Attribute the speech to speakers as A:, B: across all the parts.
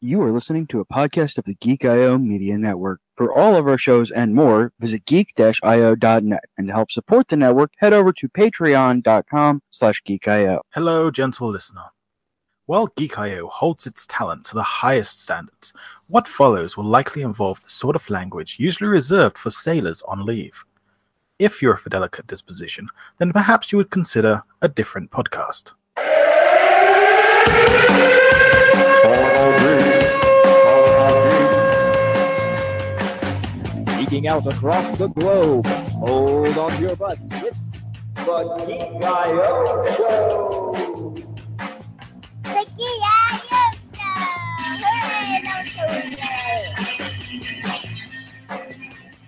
A: You are listening to a podcast of the Geek IO Media Network. For all of our shows and more, visit geek-io.net. And to help support the network, head over to patreon.com slash geekio.
B: Hello, gentle listener. While Geek.io holds its talent to the highest standards, what follows will likely involve the sort of language usually reserved for sailors on leave. If you're of a delicate disposition, then perhaps you would consider a different podcast.
C: Geeking out across the globe. Hold on to your butts. It's the Geek IO Show.
D: The Geek IO Show! Hooray, that was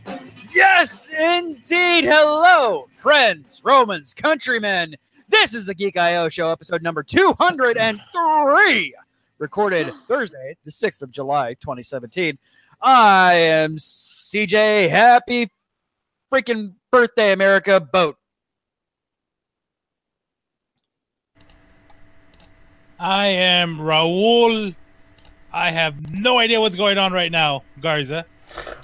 D: so great.
E: Yes, indeed. Hello, friends, Romans, countrymen. This is the Geek IO Show, episode number 203, recorded Thursday, the 6th of July, 2017. I am CJ. Happy freaking birthday, America. Boat.
F: I am Raul. I have no idea what's going on right now, Garza.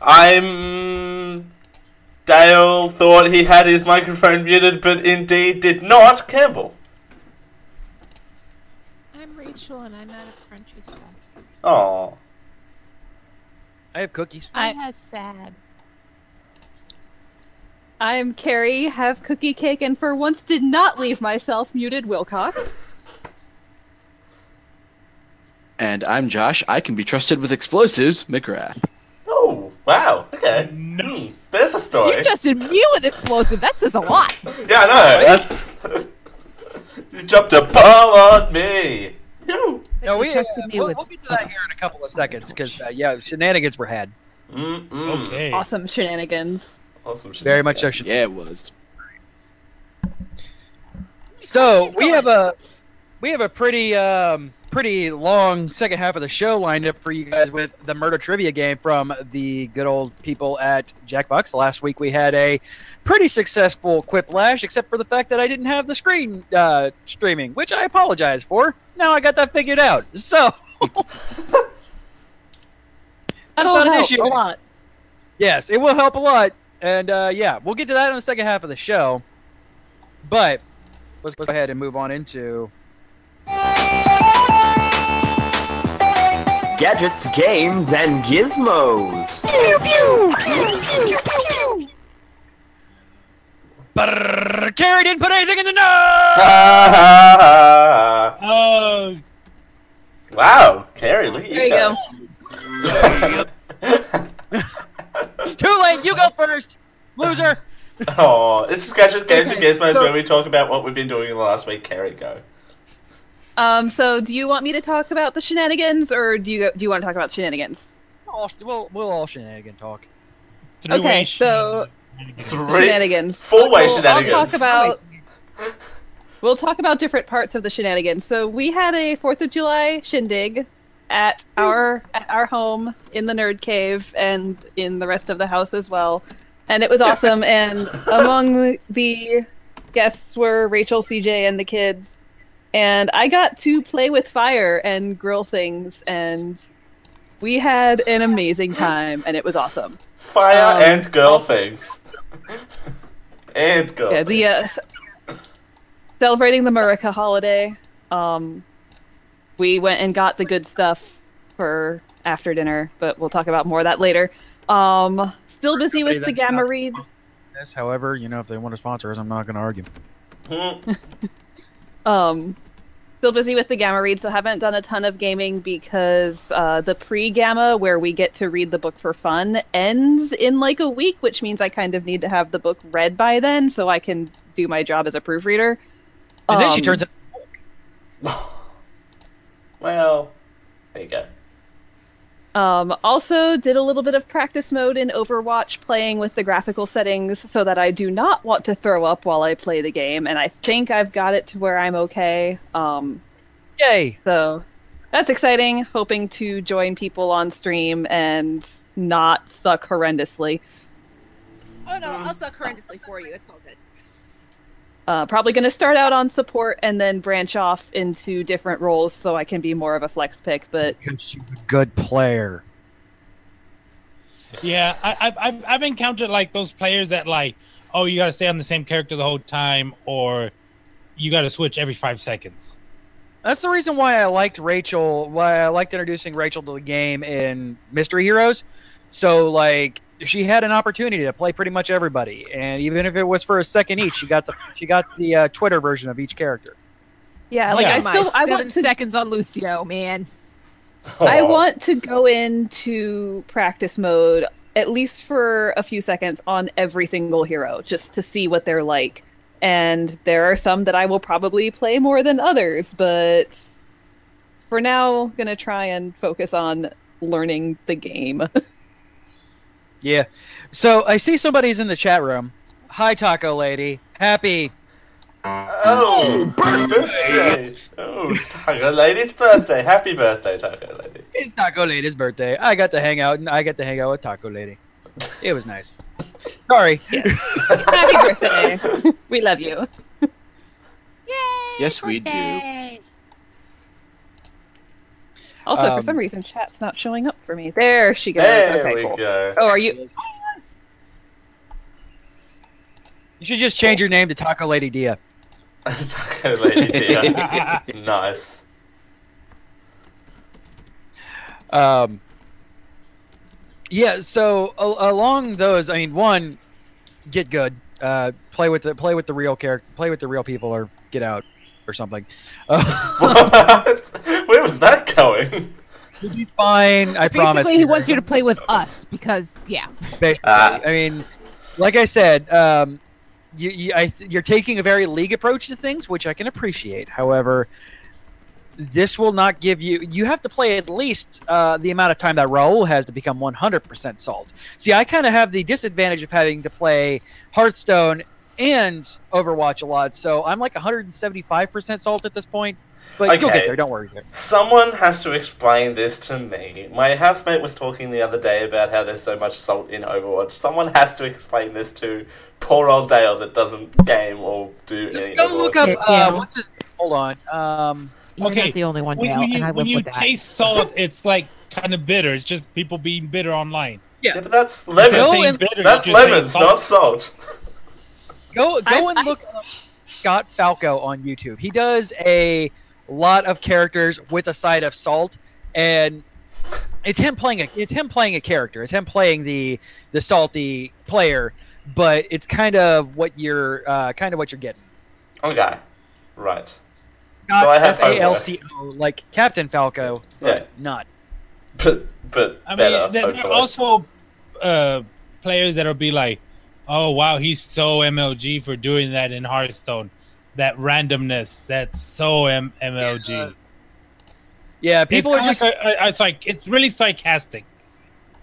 G: I'm. Dale thought he had his microphone muted, but indeed did not. Campbell.
H: I'm Rachel, and I'm out of Crunchyroll.
G: Oh,
E: I have cookies.
H: I have sad.
I: I'm Carrie, have cookie cake, and for once did not leave myself muted, Wilcox.
J: And I'm Josh. I can be trusted with explosives, McGrath.
G: Oh, wow. Okay.
F: No.
G: Hmm, There's a story.
K: You trusted me with explosive. That says a lot.
G: Yeah, I know. That's. you dropped a ball on me. You.
E: No, we, uh,
K: trusted me
E: we'll,
K: with-
E: we'll get to that here in a couple of seconds because, uh, yeah, shenanigans were had.
G: Mm-mm.
F: Okay.
I: awesome shenanigans.
G: Awesome. shit.
E: Very much so. shen-
J: Yeah, it was.
E: So we have a we have a pretty um, pretty long second half of the show lined up for you guys with the murder trivia game from the good old people at Jackbox. Last week we had a pretty successful quiplash, except for the fact that I didn't have the screen uh, streaming, which I apologize for. Now I got that figured out. So
I: That'll
E: not an
I: help
E: issue.
I: Oh, a lot.
E: Yes, it will help a lot. And uh, yeah, we'll get to that in the second half of the show. But let's go ahead and move on into.
C: Gadgets, games, and gizmos.
E: Brrr, Carrie didn't put anything in the notes!
G: Ah,
F: Oh,
G: wow, Carrie, look at you.
I: There you go.
E: Too late, you go first! Loser!
G: oh, this is Gadget Games and
I: Okay,
G: Gizmos
I: so-
G: where we talk about what we've been doing in the last week. Carrie, go.
I: Um, so do you want me to talk about the shenanigans, or do you do you want to talk about shenanigans?
E: All- We'll, we'll all shenanigan talk.
F: three-way
I: Okay, so-
F: shenanigans.
G: Three.
I: Shenanigans.
G: Four-way
I: We'll- I'll
G: shenanigans.
I: talk about. We'll talk about different parts of the shenanigans. So we had a Fourth of July shindig at our at our home in the nerd cave and in the rest of the house as well, and it was awesome. and among the guests were Rachel, CJ, and the kids. And I got to play with fire and grill things, and we had an amazing time, and it was awesome.
G: Fire
I: Um,
G: and girl things. and girl.
I: yeah, the uh, celebrating the Murica holiday. Um, we went and got the good stuff for after dinner, but we'll talk about more of that later. Um, still busy with the gamma read.
E: Yes, however, you know, if they want to sponsor us, I'm not going to argue.
I: uh,
G: things.
I: Um, still busy with the gamma read, so haven't done a ton of gaming because uh, the pre-gamma, where we get to read the book for fun, ends in like a week, which means I kind of need to have the book read by then, so I can do my job as a proofreader.
E: And then she
I: Um,
E: turns out.
G: Hmm. well, there you go.
I: Um, also, did a little bit of practice mode in Overwatch, playing with the graphical settings so that I do not want to throw up while I play the game, and I think I've got it to where I'm okay. Um,
E: Yay!
I: so that's exciting. Hoping to join people on stream and not suck horrendously.
K: Oh no, I'll suck horrendously for you. It's all good.
I: Uh, probably going to start out on support and then branch off into different roles so I can be more of a flex pick. But
E: Good player.
F: Yeah, I, I've, I've I've encountered like those players that like, oh, you got to stay on the same character the whole time, or you got to switch every five seconds.
E: That's the reason why I liked Rachel, why I liked introducing Rachel to the game in Mystery Heroes. So, like, she had an opportunity to play pretty much everybody, and even if it was for a second each, she got the she got the uh, Twitter version of each character.
I: yeah, like I
K: My
I: still I
K: seven
I: want to
K: seconds on Lucio, man.
G: Oh.
I: I want to go into practice mode at least for a few seconds on every single hero just to see what they're like. And there are some that I will probably play more than others, but for now, gonna try and focus on learning the game.
E: Yeah. So I see somebody's in the chat room. Hi, Taco Lady. Happy.
G: Oh, birthday! Oh, it's Taco Lady's birthday. Happy birthday, Taco Lady.
E: It's Taco Lady's birthday. I got to hang out, and I got to hang out with Taco Lady. It was nice. Sorry.
I: Happy birthday! we love you.
J: Yes, we do.
I: Also, for
J: Um,
I: some reason, chat's not showing up for me. There she goes.
G: There
I: okay,
G: we
I: cool.
G: go.
I: Oh, are you?
E: You should just change your name to Taco Lady Dia.
G: Taco Lady dear. nice.
E: Um, yeah. So a- along those, I mean, one, get good. Uh, play with the play with the real character. Play with the real people, or get out, or something.
G: Where was that going?
E: You'll be fine. I promise.
K: Basically, he wants you to play with us because, yeah.
E: basically. I mean, like I said, um, you, you I, th- you're taking a very league approach to things, which I can appreciate. However, this will not give you. You have to play at least uh, the amount of time that Raul has to become 100% solved. See, I kind of have the disadvantage of having to play Hearthstone and Overwatch a lot, so I'm like 175% solved at this point. But you'll
G: Okay.
E: get there. Don't worry.
G: Someone has to explain this to me. My housemate was talking the other day about how there's so much salt in Overwatch. Someone has to explain this to poor old Dale that doesn't game or do anything.
E: Go look up. Uh, what's his? Hold on. Um,
F: You're Okay, not the only one, When, when you, when you taste salt, it's like kind of bitter. It's just people being bitter online.
E: Yeah,
G: but that's
F: Instead of
G: lemons.
F: saying bitter, you
G: that's
F: just say
G: lemons,
F: salt.
G: not salt.
E: Go go and look up Scott Falco on YouTube. He does a lot of characters with a side of salt, and it's him playing a it's him playing a character. It's him playing the the salty player, but it's kind of what you're uh, kind of what you're getting.
G: Okay, right.
E: Not
G: So I have homework.
E: F-A-L-C-O, like Captain Falco,
G: Yeah,
E: not.
G: but but
F: I mean,
G: better.
F: there- there, are
G: hopefully.
F: also uh, players that'll be like, "Oh wow, he's so MLG for doing that in Hearthstone." That randomness, that's so M- MLG. Yeah,
E: Yeah, people are just
F: it's like it's really sarcastic.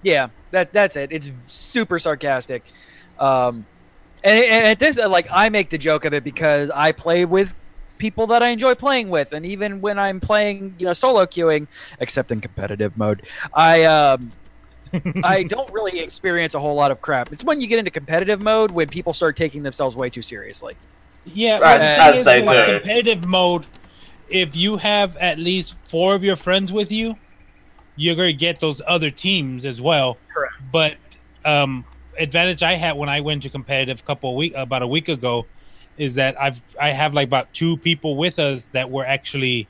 E: Yeah, that that's it. It's super sarcastic. Um, and, and at this, uh, like, I make the joke of it because I play with people that I enjoy playing with, and even when I'm playing, you know, solo queuing, except in competitive mode, I um, I don't really experience a whole lot of crap. It's when you get into competitive mode when people start taking themselves way too seriously.
F: Yeah,
E: As-
F: but
E: as
F: it is
E: they
F: in
E: do.
F: Competitive mode. If you have at least four of your friends with you, you're gonna get those other teams as well.
E: Correct.
F: But um, advantage I had when I went to competitive couple of week about a week ago is that I've I have like about two people with us that were actually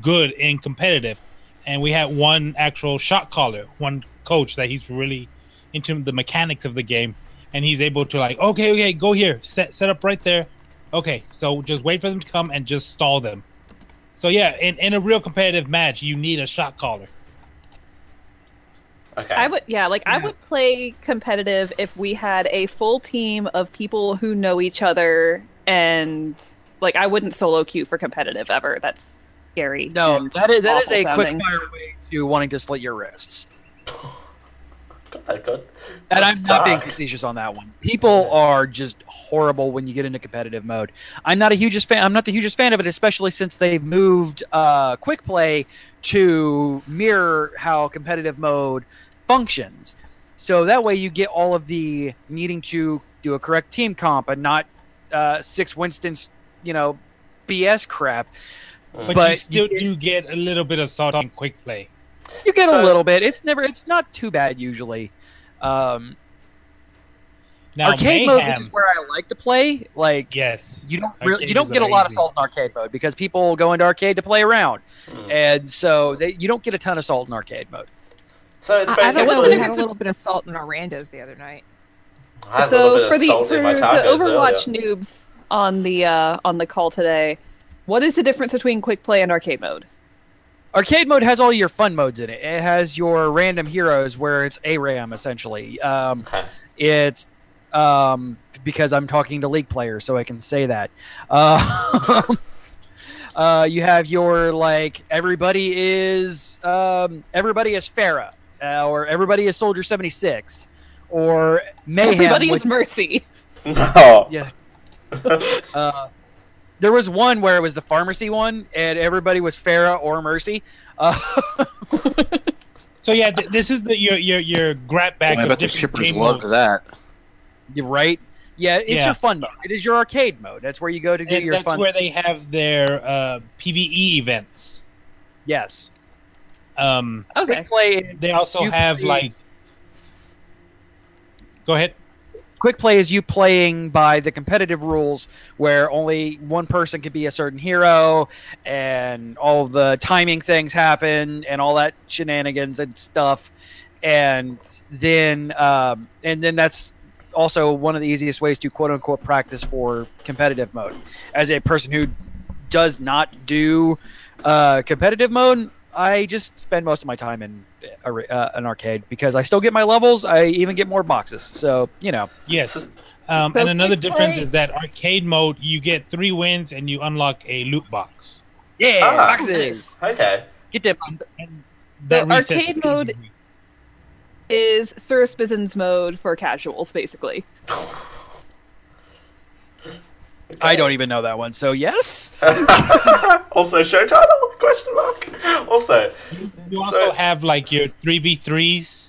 F: good in competitive, and we had one actual shot caller, one coach that he's really into the mechanics of the game, and he's able to like, okay, okay, go here, set set up right there, okay. So just wait for them to come and just stall them. So yeah, in, in a real competitive match, you need a shot caller.
G: Okay.
I: I would, yeah, like I would play competitive if we had a full team of people who know each other, and like I wouldn't solo queue for competitive ever. That's scary.
E: No,
I: and
E: that is that is
I: awful
E: a
I: sounding.
E: quick fire way to wanting to slit your wrists.
G: I got-
E: And I'm not being
G: Dark.
E: facetious on that one. People are just horrible when you get into competitive mode. I'm not a hugest fan. I'm not the hugest fan of it, especially since they've moved uh, quick play to mirror how competitive mode functions. So that way you get all of the needing to do a correct team comp and not uh, six Winston's, you know, BS crap.
F: But, you
E: But
F: still do get a little bit of salt and quick play.
E: You get a
F: So-
E: little bit. It's never. It's not too bad usually. Um,
F: Now,
E: arcade
F: Mayhem,
E: mode, which is where I like to play, like
F: yes,
E: you don't really,
F: Arcade
E: you don't
F: is
E: get a lot of
F: amazing.
E: salt in arcade mode because people go into arcade to play around,
G: Mm.
E: and so they, you don't get a ton of salt in arcade mode.
G: So
K: I,
G: it's
K: I don't
G: basically.
K: know. We had a little bit of salt in our randos the other night.
G: I had a little
I: so
G: bit
I: for
G: of
I: the
G: salt
I: for
G: in my
I: the
G: tacos
I: Overwatch
G: earlier.
I: noobs on the uh, on the call today, what is the difference between quick play and arcade mode?
E: Arcade mode has all your fun modes in it. It has your random heroes, where it's a ram essentially. Um,
G: Okay.
E: It's um, because I'm talking to league players, so I can say that. Uh, uh, you have your like everybody is um, everybody is Farah, uh, or everybody is Soldier seventy six, or Mayhem.
I: Everybody
E: which-
I: is Mercy.
G: No.
E: yeah. uh, there was one where it was the pharmacy one, and everybody was Farah or Mercy. Uh,
F: So yeah, th- this is the your your your grab back.
J: I
F: of
J: bet the
F: different
J: shippers
F: game
J: loved
F: modes.
J: that.
E: You're right. Yeah, it's
F: Yeah.
E: your fun mode. It is your arcade mode. That's where you go to do
F: And
E: your
F: that's
E: fun.
F: where they have their uh, PVE events.
E: yes.
F: Um,
E: We
I: Okay.
E: play.
F: they also
E: You
F: have
E: play-
F: like. Go ahead.
E: Quick play is you playing by the competitive rules, where only one person can be a certain hero, and all the timing things happen, and all that shenanigans and stuff, and then um, and then that's also one of the easiest ways to quote unquote practice for competitive mode. As a person who does not do uh, competitive mode, I just spend most of my time in a, uh, an arcade because I still get my levels. I even get more boxes. So you know,
F: Yes. Um,
K: So
F: and another
K: quick
F: difference
K: play-
F: is that arcade mode, you get three wins and you unlock a loot box.
E: yeah,
G: Ah.
E: boxes.
G: Okay.
E: Get them.
F: That resets
I: arcade
F: every
I: mode-
F: week.
I: Is Sir Spizen's mode for casuals basically?
E: I don't even know that one. So yes,
G: also, show title? Question mark. Also,
F: You
G: So-
F: also have like your three v threes.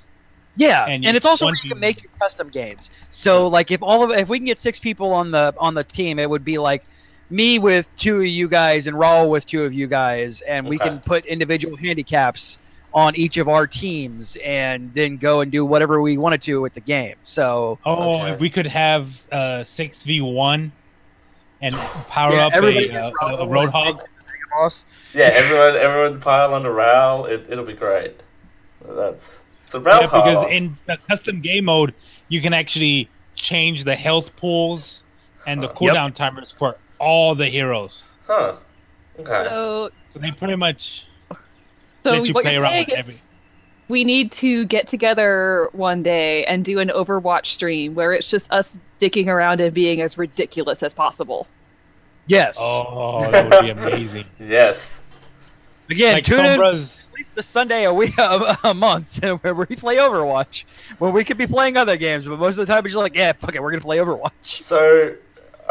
E: yeah,
F: And
E: and,
F: you-
E: it's also
F: one
E: where you
F: team-
E: can make your custom games. So like, if all of if we can get six people on the on the team, it would be like me with two of you guys and Raul with two of you guys, and we
G: Okay.
E: can put individual handicaps on each of our teams, and then go and do whatever we wanted to with the game. So
F: Oh,
G: Okay.
F: if we could have uh six v one, and power
E: Yeah,
F: up a,
E: everybody
F: uh,
E: gets
F: a,
E: Raoul
F: a
E: and
F: roadhog.
E: boss,
G: yeah, everyone, everyone pile on a rail. It, it'll be great. That's it's a rail
F: Yeah,
G: pile.
F: because
G: on.
F: in the custom game mode, you can actually change the health pools and the
G: Yep.
F: cooldown timers for all the heroes.
G: huh? Okay.
I: So
F: So they pretty much
I: so
F: Let you
I: what
F: play
I: you're
F: around
I: saying
F: with
I: is
F: every-
I: we need to get together one day and do an Overwatch stream where it's just us dicking around and being as ridiculous as possible.
E: yes.
F: oh, that would be amazing.
G: yes.
E: Again,
F: like
E: tune in
F: Sombra's,
E: at least a Sunday a week a, a month where we play Overwatch, where we could be playing other games, but most of the time it's just like, yeah, fuck it, we're gonna play Overwatch.
G: So,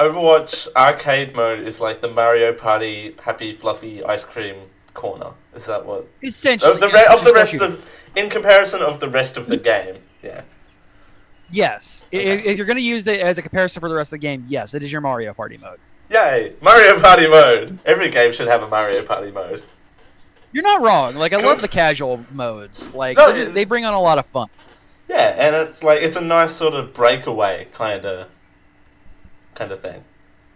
G: Overwatch arcade mode is like the Mario Party happy fluffy ice cream corner. Is that what?
E: Essentially,
G: Of the,
E: yes,
G: re-
E: it's
G: of the
E: just
G: rest
E: shooting.
G: of, in comparison of the rest of the game, yeah.
E: yes, I-
G: Okay.
E: if you're gonna use it as a comparison for the rest of the game, yes, it is your Mario Party mode.
G: Yay! Mario Party mode. Every game should have a Mario Party mode.
E: You're not wrong. Like I love the casual modes. Like
G: No,
E: they're just,
G: it-
E: they bring on a lot of fun.
G: Yeah, and it's like it's a nice sort of breakaway kind of kind of thing.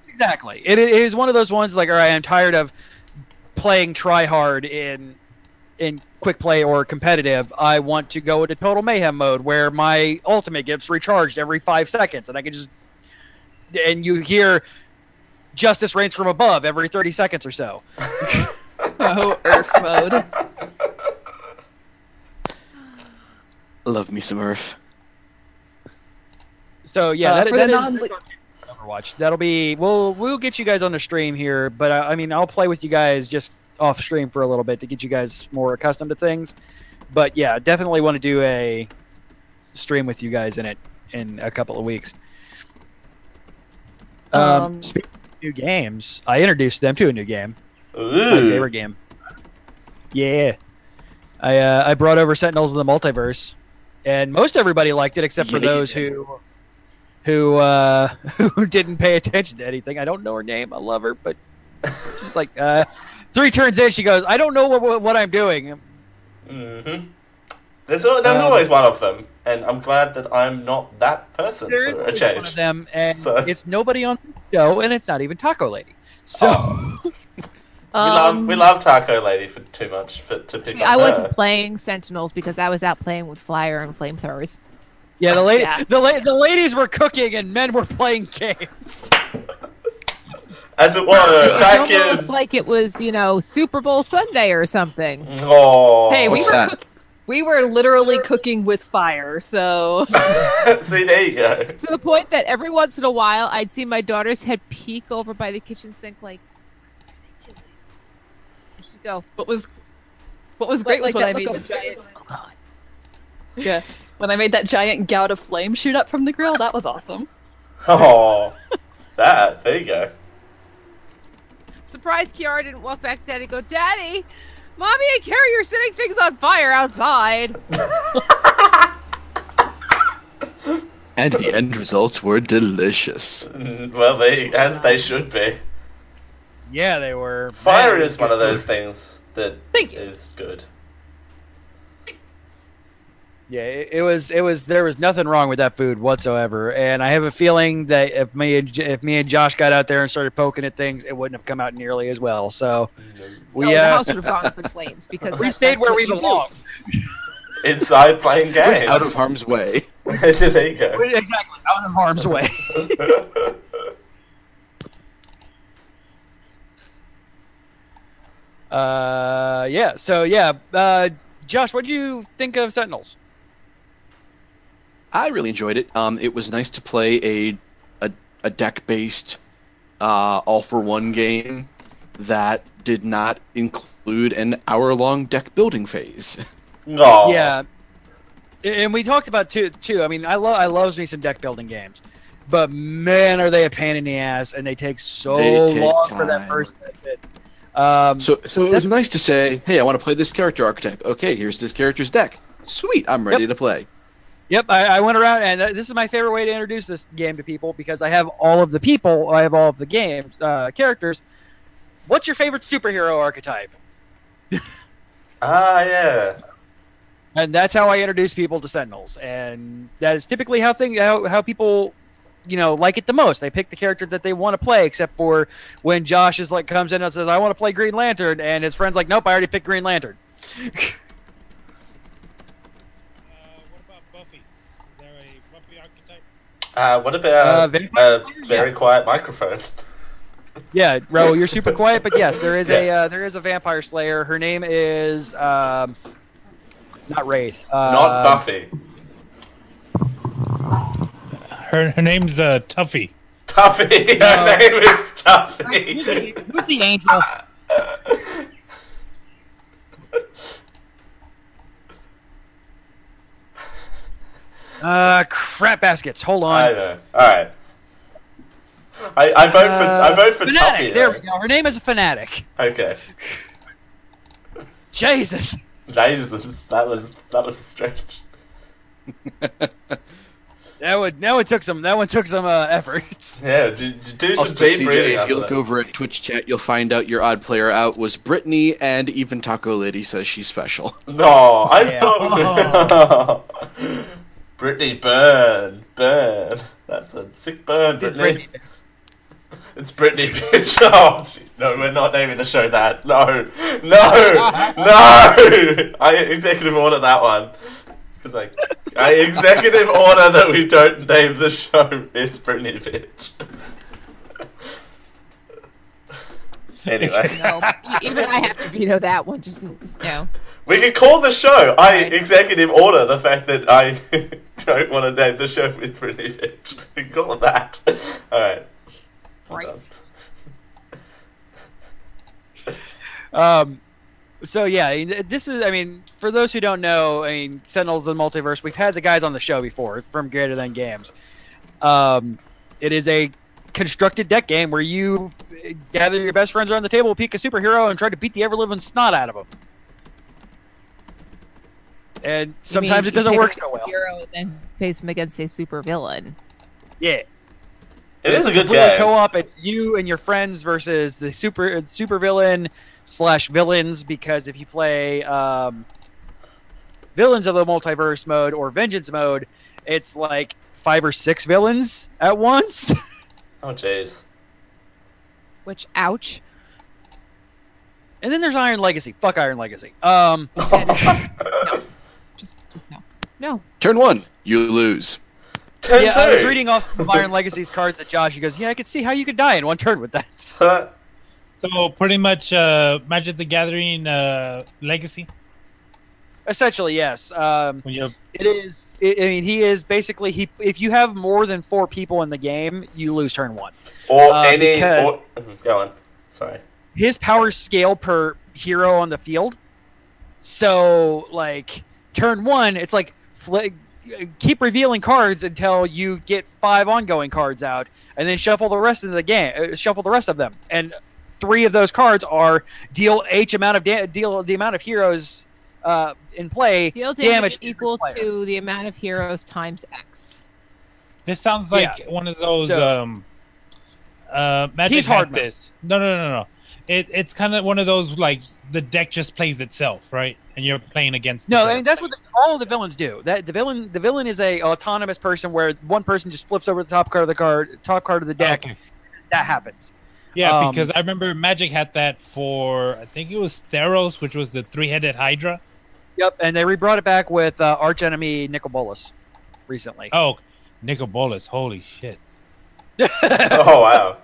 E: Exactly. It, it is one of those ones like, all right, I'm tired of playing try hard in in quick play or competitive. I want to go into total mayhem mode where my ultimate gets recharged every five seconds, and I can just and you hear justice reigns from above every thirty seconds or so.
I: Oh, Earth mode.
J: Love me some Earth.
E: So yeah,
I: Uh,
E: that,
I: for
E: that
I: the
E: is
I: non-
E: Overwatch. That'll be we'll we'll get you guys on the stream here, but I, I mean I'll play with you guys just off stream for a little bit to get you guys more accustomed to things. But yeah, definitely want to do a stream with you guys in it in a couple of weeks. Um,
I: Um,
E: speaking of new games, I introduced them to a new game, my
G: Ooh.
E: favorite game. Yeah, I uh, I brought over Sentinels of the Multiverse, and most everybody liked it except for
J: Yeah, you
E: those
J: did.
E: who who uh, who didn't pay attention to anything. I don't know her name. I love her, but she's like uh, three turns in, she goes, "I don't know what what, what I'm doing."
G: Mm-hmm. There's, al- there's
E: Um,
G: always one of them, and I'm glad that I'm not that person
E: There is
G: for a
E: always
G: change.
E: one of them, and
G: So-
E: it's nobody on the show, and it's not even Taco Lady. So
G: We love
E: Um,
G: Uh, we love Taco Lady for too much for to pick
K: See,
G: on
K: Um, I
G: her.
K: wasn't playing Sentinels because I was out playing with Flyer and Flamethrowers.
E: yeah, the lady,
K: Yeah.
E: the la- the ladies were cooking, and men were playing games.
G: As it were, back
K: it's
G: in
K: almost like it was, you know, Super Bowl Sunday or something.
G: oh,
I: Hey, we
J: What's
I: were
J: that?
I: cook- we were literally cooking with fire, so
G: see there you go.
K: To the point that every once in a while, I'd see my daughter's head peek over by the kitchen sink, like, "What are they doing?" And she'd go,
I: what was what was great was
K: like
I: when
K: that
I: I
K: look
I: made the
K: of-
I: giant,
K: "Oh God!"
I: yeah, when I made that giant gout of flame shoot up from the grill. That was awesome.
G: Oh, that there you go.
K: Surprised Kiara didn't walk back to Daddy and go, "Daddy, mommy and Kiara, you're setting things on fire outside."
J: And the end results were delicious.
G: Mm, Well, they as they should be.
E: Yeah, they were.
G: Fire
E: Man,
G: is one of those things that
I: Thank you.
G: is good.
E: Yeah, it, it was. It was. There was nothing wrong with that food whatsoever, and I have a feeling that if me and J- if me and Josh got out there and started poking at things, it wouldn't have come out nearly as well. So we
K: no, the
E: uh,
K: house would have gone up in flames because
E: we
K: that-
E: stayed
K: that's
E: where
K: what
E: we
K: you do.
E: belong.
G: Inside playing games.
J: Out of harm's way.
G: there you go.
E: We- Exactly, out of harm's way. uh, yeah. So yeah, uh, Josh, what do you think of Sentinels?
J: I really enjoyed it. Um, it was nice to play a a, a deck based uh, all for one game that did not include an hour long deck building phase. Oh.
G: No.
E: Yeah, A- and we talked about too. Too. I mean, I love I loves me some deck building games, but man, are they a pain in the ass, and they take so
J: They take
E: long for that
J: time.
E: first. session. Um,
J: So so it
E: That's-
J: was nice to say, hey, I want to play this character archetype. Okay, here's this character's deck. Sweet, I'm ready to play.
E: Yep, I, I went around, and uh, this is my favorite way to introduce this game to people because I have all of the people, I have all of the games uh, characters. What's your favorite superhero archetype?
G: Ah, yeah.
E: And that's how I introduce people to Sentinels, and that is typically how thing how, how people, you know, like it the most. They pick the character that they want to play, except for when Josh is like comes in and says, "I want to play Green Lantern," and his friends like, "Nope, I already picked Green Lantern."
F: Uh, what about Buffy? Is there a Buffy archetype?
G: Uh, what
E: Uh,
G: about
E: Vampire
G: a
E: Slayer?
G: very quiet microphone?
E: Yeah, Ro, you're super quiet, but yes, there is
G: Yes.
E: a uh, there is a vampire slayer. Her name is um, not Wraith. Uh,
G: Not Buffy.
F: Her her name's uh, Tuffy.
G: Tuffy. Her
E: No.
G: name is
E: Who's
G: Tuffy.
E: the, who's the angel? Uh, crap baskets. Hold
G: I
E: on.
G: know. All right. I, I vote for I vote for
E: Uh, fanatic.
G: Tuffy.
E: There we
G: though.
E: go. Her name is a fanatic.
G: Okay.
E: Jesus.
G: Jesus, that was that was a stretch.
E: That would that one took some that one took some uh, effort.
G: Yeah, do, do do some
J: Also,
G: deep breathing.
J: CJ, if
G: after
J: you look
G: that.
J: over at Twitch chat, you'll find out your odd player out was Brittany, and even Taco Lady says she's special.
G: No, I
E: Yeah.
G: thought. Brittany, burn, burn. That's a sick burn,
E: It's
G: Brittany.
E: Brittany.
G: It's Brittany, bitch. Oh, jeez. No, we're not naming the show that. No, no, no. I executive order that one. Because I, I executive order that we don't name the show. It's Brittany, bitch. anyway.
K: No, e- even I have to veto that one. Just no.
G: We could call the show. I
K: Right.
G: executive order the fact that I don't want to name the show with Brittany Fitch. We can call it that. All right. Well
K: Right.
G: done.
E: Um, so yeah, and this is. I mean, for those who don't know, I mean, Sentinels of the Multiverse. We've had the guys on the show before from Greater Than Games. Um, it is a constructed deck game where you eh, gather your best friends around the table, pick a superhero, and try to beat the ever living snot out of them. And
K: You mean
E: sometimes
K: you
E: it doesn't
K: pick
E: work
K: a
E: so well.
K: Hero and then face him against a super villain.
E: Yeah.
G: It is
E: It's
G: a good
E: completely
G: game.
E: Co-op. It's you and your friends versus the super super villain slash villains because if you play um, villains of the multiverse mode or vengeance mode, it's like five or six villains at once.
G: Oh jeez.
K: Which ouch.
E: And then there's Iron Legacy. Fuck Iron Legacy. Um,
K: No.
J: Turn one, you lose.
G: Turn
E: yeah, I was
G: two.
E: reading off some of Iron Legacy's cards at Josh. He goes, "Yeah, I could see how you could die in one turn with that."
F: So pretty much, uh, Magic the Gathering uh, legacy.
E: Essentially, yes. Um,
F: When you
E: it is. I I mean, he is basically he. If you have more than four people in the game, you lose turn one.
G: Or
E: Uh,
G: any.
E: because-
G: Or, Mhm, go on. Sorry.
E: his powers scale per hero on the field. So, like, turn one, it's like fl- keep revealing cards until you get five ongoing cards out, and then shuffle the rest of the game, uh, shuffle the rest of them, and three of those cards are deal H amount of da- deal the amount of heroes uh, in play
K: Deal
E: damage
K: damage, equal to the amount of heroes times X.
F: This sounds like
E: Yeah.
F: one of those
E: So-
F: um uh magic
E: He's hard
F: had this. No no no no. It it's kind of one of those like the deck just plays itself, right? And you're playing against
E: No,
F: the
E: and that's what the, all the villains do. That the villain, the villain is a autonomous person where one person just flips over the top card of the card, top card of the deck. That happens.
F: Yeah,
E: um,
F: because I remember Magic had that for I think it was Theros, which was the three-headed Hydra.
E: Yep, and they rebrought it back with uh, arch enemy Nicobolus recently.
F: Oh, Nicobolus, holy shit!
G: Oh wow.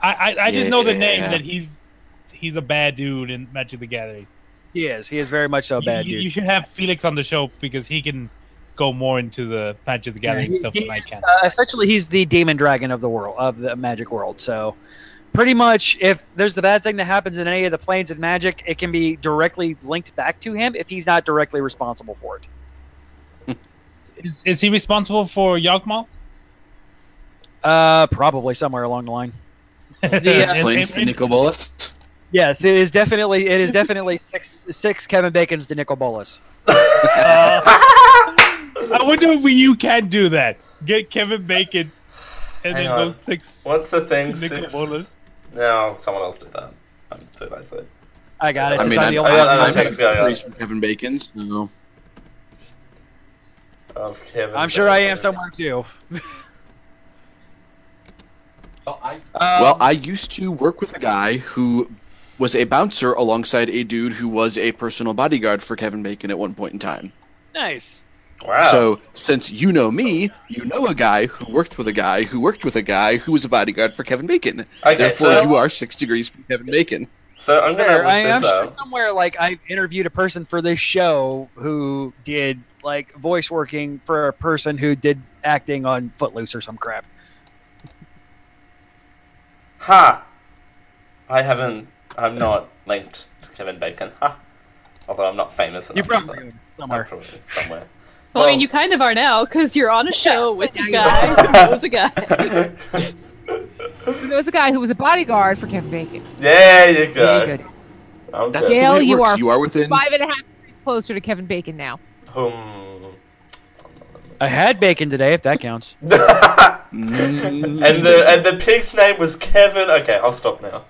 F: I I, I just know the name
J: Yeah.
F: that he's he's a bad dude in Magic the Gathering.
E: He is. He is very much so a
F: You-
E: bad
F: you,
E: dude.
F: you should have Felix on the show because he can go more into the Magic the Gathering
E: he-
F: stuff
E: he
F: than I can.
E: Uh, essentially, he's the demon dragon of the world of the magic world. So, pretty much, if there's the bad thing that happens in any of the planes of magic, it can be directly linked back to him if he's not directly responsible for it.
F: Is, is he responsible for Yawgmoth?
E: Uh, probably somewhere along the line.
J: Six
E: Yeah.
J: planes to Nicobolus.
E: Yes, it is definitely it is definitely six six Kevin Bacon's to Nicobolus.
F: I wonder if you can do that. Get Kevin Bacon and
G: Hang
F: then
G: on.
F: go six.
G: What's the thing?
F: Nick
G: Six...
F: Wallace.
G: No, someone else did that. I'm too late. to-
E: I got it.
J: I
E: Since
J: mean,
E: I'm
J: I'm,
E: the
J: I'm,
E: only
G: I-
E: one
G: I-
E: who
J: I'm,
E: knows.
G: I-
J: six degrees from Kevin Bacon, so
G: Of Kevin
E: I'm sure I am
G: Bacon.
E: somewhere too.
J: Well, I,
E: Um,
J: used to work with a guy who was a bouncer alongside a dude who was a personal bodyguard for Kevin Bacon at one point in time.
E: nice.
G: Wow.
J: So, since you know me, you know a guy who worked with a guy who worked with a guy who was a bodyguard for Kevin Bacon.
G: Okay,
J: Therefore,
G: so-
J: you are six degrees from Kevin Bacon.
G: So I'm gonna
E: Fair.
G: look
E: I,
G: this
E: I'm sure
G: up.
E: somewhere like I interviewed a person for this show who did like voice working for a person who did acting on Footloose or some crap.
G: Ha! I haven't. I'm not linked to Kevin Bacon. Ha! Although I'm not famous enough.
E: You
G: so-
E: probably
G: I'm
E: somewhere.
G: probably somewhere.
I: Well, I mean,
G: Well-
I: you kind of are now because you're on a show with
K: now
I: a
K: you
I: guy who knows a guy.
K: There was a guy who was a bodyguard for Kevin Bacon.
G: there you
K: Very
G: go.
K: good.
G: I'm
J: That's
G: good.
K: Dale,
J: the way it
K: you
J: works.
K: are
J: you are within.
K: Five and a half degrees closer to Kevin Bacon now.
G: Hmm.
E: I had bacon today, if that counts.
J: Mm,
G: And the and the pig's name was Kevin. Okay, I'll stop now.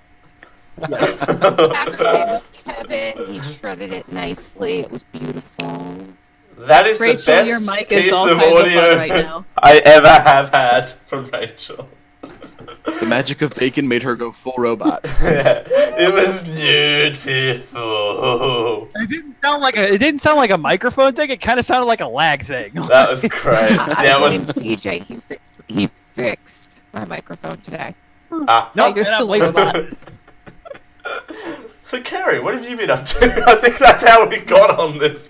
H: His name was Kevin. He shredded it nicely. It was beautiful.
G: that is the
I: Rachel,
G: best
I: your mic
G: piece
I: is all
G: of
I: kinds of
G: audio
I: fun right now.
G: I ever have had from Rachel.
J: the magic of Bacon made her go full robot.
G: it was beautiful.
E: It didn't sound like a it didn't sound like a microphone thing. It kind of sounded like a lag thing.
G: That was great. That
H: I
G: was
H: blame CJ. He fixed, he fixed my microphone today.
G: ah.
E: No,
I: You're
E: and I'm
I: still
E: leaving that.
G: So, Carrie, what have you been up to? I think that's how we got on this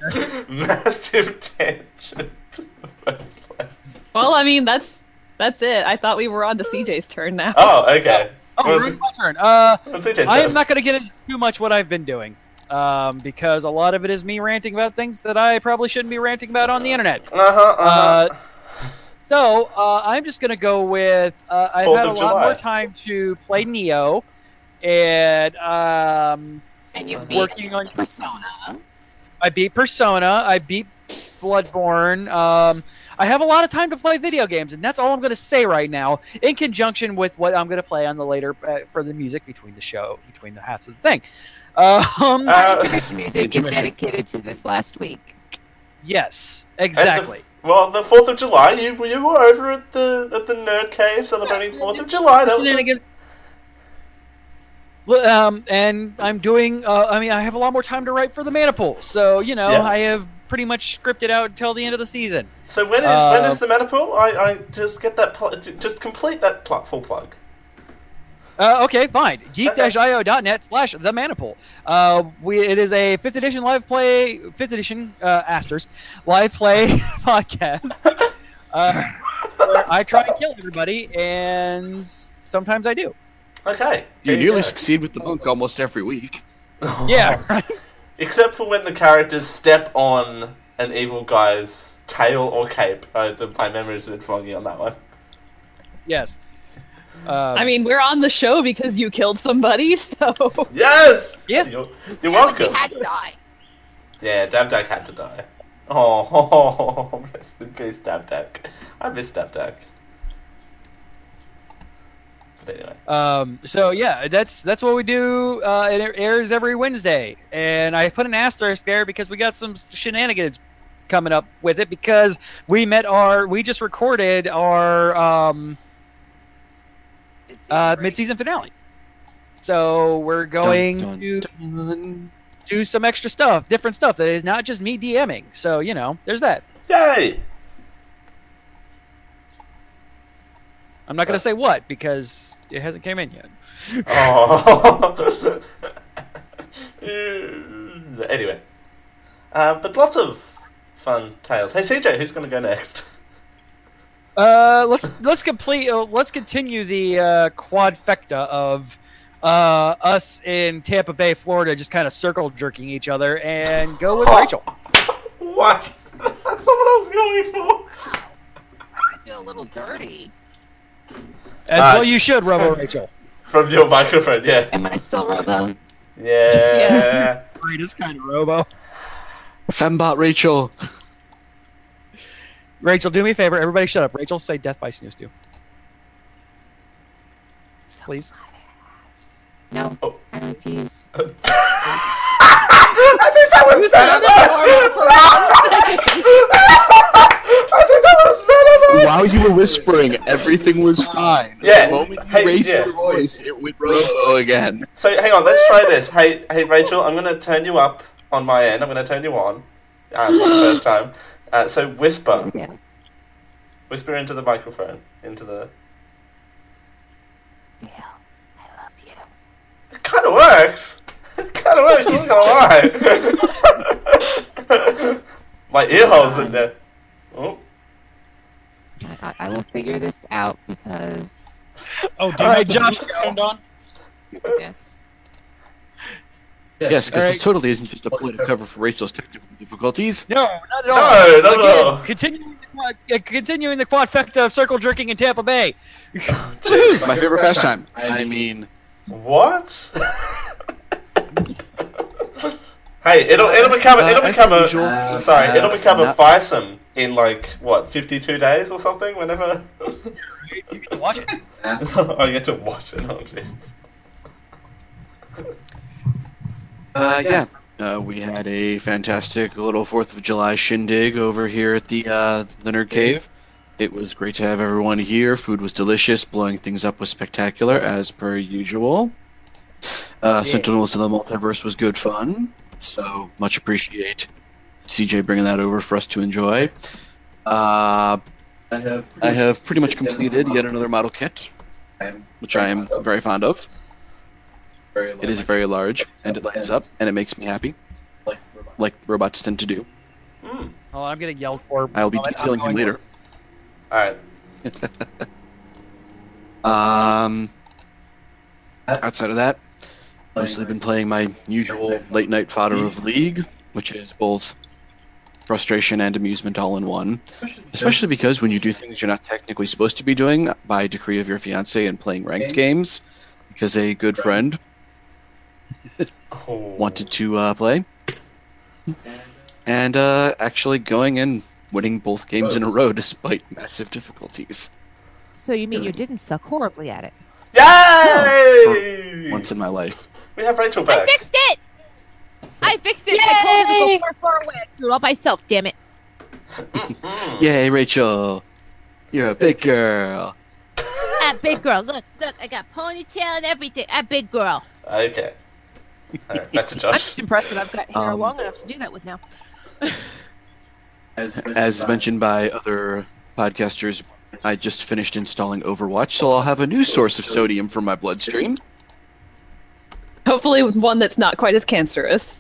G: massive tangent. in the first place.
I: Well, I mean, that's that's it. I thought we were on to CJ's turn now.
G: Oh, okay.
E: Oh,
G: Well, it's-
E: it's my turn. Uh,
G: well, it's CJ's
E: I am
G: turn.
E: not going to get into too much what I've been doing um, because a lot of it is me ranting about things that I probably shouldn't be ranting about on the internet.
G: Uh-huh, uh-huh.
E: Uh, so uh, I'm just going to go with uh, I've
G: Fourth
E: had a
G: of
E: lot
G: July.
E: more time to play Neo and um,
H: And you beat
E: working on.
H: Persona.
E: I beat Persona. I beat Bloodborne. Um, I have a lot of time to play video games, and that's all I'm going to say right now. In conjunction with what I'm going to play on the later uh, for the music between the show, between the halves of the thing.
G: Uh,
E: Um,
G: Uh-huh.
H: music is dedicated to this last week.
E: Yes, exactly.
G: Well, the Fourth of July, you you were over at the at the Nerd Cave celebrating Fourth of July. That was
E: Shenanigan- L- Um, and I'm doing. Uh, I mean, I have a lot more time to write for the Maniple, so you know,
G: Yeah.
E: I have pretty much scripted out until the end of the season.
G: so. When is when
J: Uh,
G: is the Metapool? I, I just get that pl- just complete that pl- full plug.
E: Uh, okay, fine. Geek-io.net slash the Maniple. Uh, we, it is a 5th edition live play, 5th edition, uh, Asters, live play podcast. Uh, where I try to kill everybody, and sometimes I do.
G: Okay.
J: You
G: There you
J: nearly
G: go.
J: succeed with the monk almost every week.
E: Yeah.
G: Except for when the characters step on an evil guy's tail or cape. Uh, the, my memory's a bit foggy on that one.
E: Yes. Um,
I: I mean, we're on the show because you killed somebody, so.
G: Yes.
E: Yeah.
G: You're, you're welcome. Yeah, Dab Dak had to die. Oh, rest in peace, Dab Dak. I miss Dab Dak. But anyway.
E: Um, so yeah, that's that's what we do. Uh, and it airs every Wednesday, and I put an asterisk there because we got some shenanigans coming up with it because we met our we just recorded our um, uh, mid-season finale. So we're going
J: dun,
E: to do some extra stuff, different stuff that is not just me DMing. So you know, there's that.
G: Yay!
E: I'm not gonna say what because it hasn't came in yet.
G: Oh. anyway. Uh, but lots of fun tales. Hey, CJ, who's going to go next?
E: Uh, let's let's complete. Uh, let's continue the uh, quadfecta of uh, us in Tampa Bay, Florida, just kind of circle jerking each other, and go with Rachel.
G: What? That's not what I was going for.
H: I feel a little dirty.
E: As
G: Uh,
E: well, you should, Robo Rachel.
G: From your microphone, yeah.
H: Am I still Robo?
G: Yeah.
E: Greatest kind of Robo.
J: Fembot Rachel.
E: Rachel, do me a favor. Everybody, shut up. Rachel, say "Death by Snooze" do. Please.
H: No,
G: Oh.
H: I refuse.
G: I think that was better. I think that was better. though.
J: While you were whispering, everything was fine.
G: Yeah.
J: The moment you
G: Hey,
J: raised
G: yeah.
J: your voice, it went robo again.
G: So hang on, let's try this. Hey, hey, Rachel, I'm gonna turn you up on my end. I'm gonna turn you on um, for the first time. Uh, so whisper,
H: Yeah.
G: whisper into the microphone, into the.
H: Dale, I love you.
G: It kind of works. It kind of works. I'm not gonna lie. my ear holes in there. Oh,
H: I, I, I will figure this out because
F: Oh, do
E: All
F: you
E: right,
F: have the
E: Josh,
F: Bluetooth turned on?
H: yes.
J: Yes, because this
E: Alright.
J: totally isn't just a political cover for Rachel's technical difficulties.
E: No, not at
G: No,
E: all.
G: not at
E: Again,
G: all.
E: Continuing the, quad, uh, continuing the quadfecta of circle jerking in Tampa Bay.
J: Dude, my favorite pastime. I mean,
G: what? hey, it'll it'll become
J: Uh,
G: it'll
J: as
G: become a
J: usual, uh,
G: sorry it'll become a
J: not-
G: fearsome in like what 52 days or something whenever.
E: You get to watch it.
G: I get to watch it. Oh, jeez.
J: uh, yeah. Uh, we had a fantastic little Fourth of July shindig over here at the uh, the Nerd Cave. It was great to have everyone here. Food was delicious. Blowing things up was spectacular, as per usual. Uh, Sentinels of the Multiverse was good fun. So much appreciate CJ bringing that over for us to enjoy. Uh, I have I have pretty much completed yet another model kit, which I am very fond of. It is very large, and it lights up, and it makes me happy, like robots tend to do.
G: Hmm.
E: Oh, I'm getting yelled for.
J: I'll be
E: Oh, I'm not
J: detailing him
E: going-
J: later.
G: All right.
J: Um, outside of that, mostly been playing my usual late night fodder of League, which is both frustration and amusement all in one. Especially because when you do things you're not technically supposed to be doing by decree of your fiance and playing ranked games, because a good friend
G: Oh.
J: wanted to uh, play. and uh, actually going and winning both games in a row despite massive difficulties.
K: So you mean you didn't suck horribly at it?
G: Yay!
J: Once in my life.
G: We have Rachel back.
K: I fixed it. I fixed it. I told him to go far, far away. I Do it all myself. Damn it.
J: Yay, Rachel! You're a big girl.
K: I'm big girl. Look, look. I got ponytail and everything. I'm big girl.
G: Okay. Alright, back to
K: I'm
G: Josh.
K: just impressed that I've got hair
J: Um,
K: long enough to do that with now.
J: As as mentioned by other podcasters, I just finished installing Overwatch, so I'll have a new source of sodium for my bloodstream.
I: Hopefully, with one that's not quite as cancerous.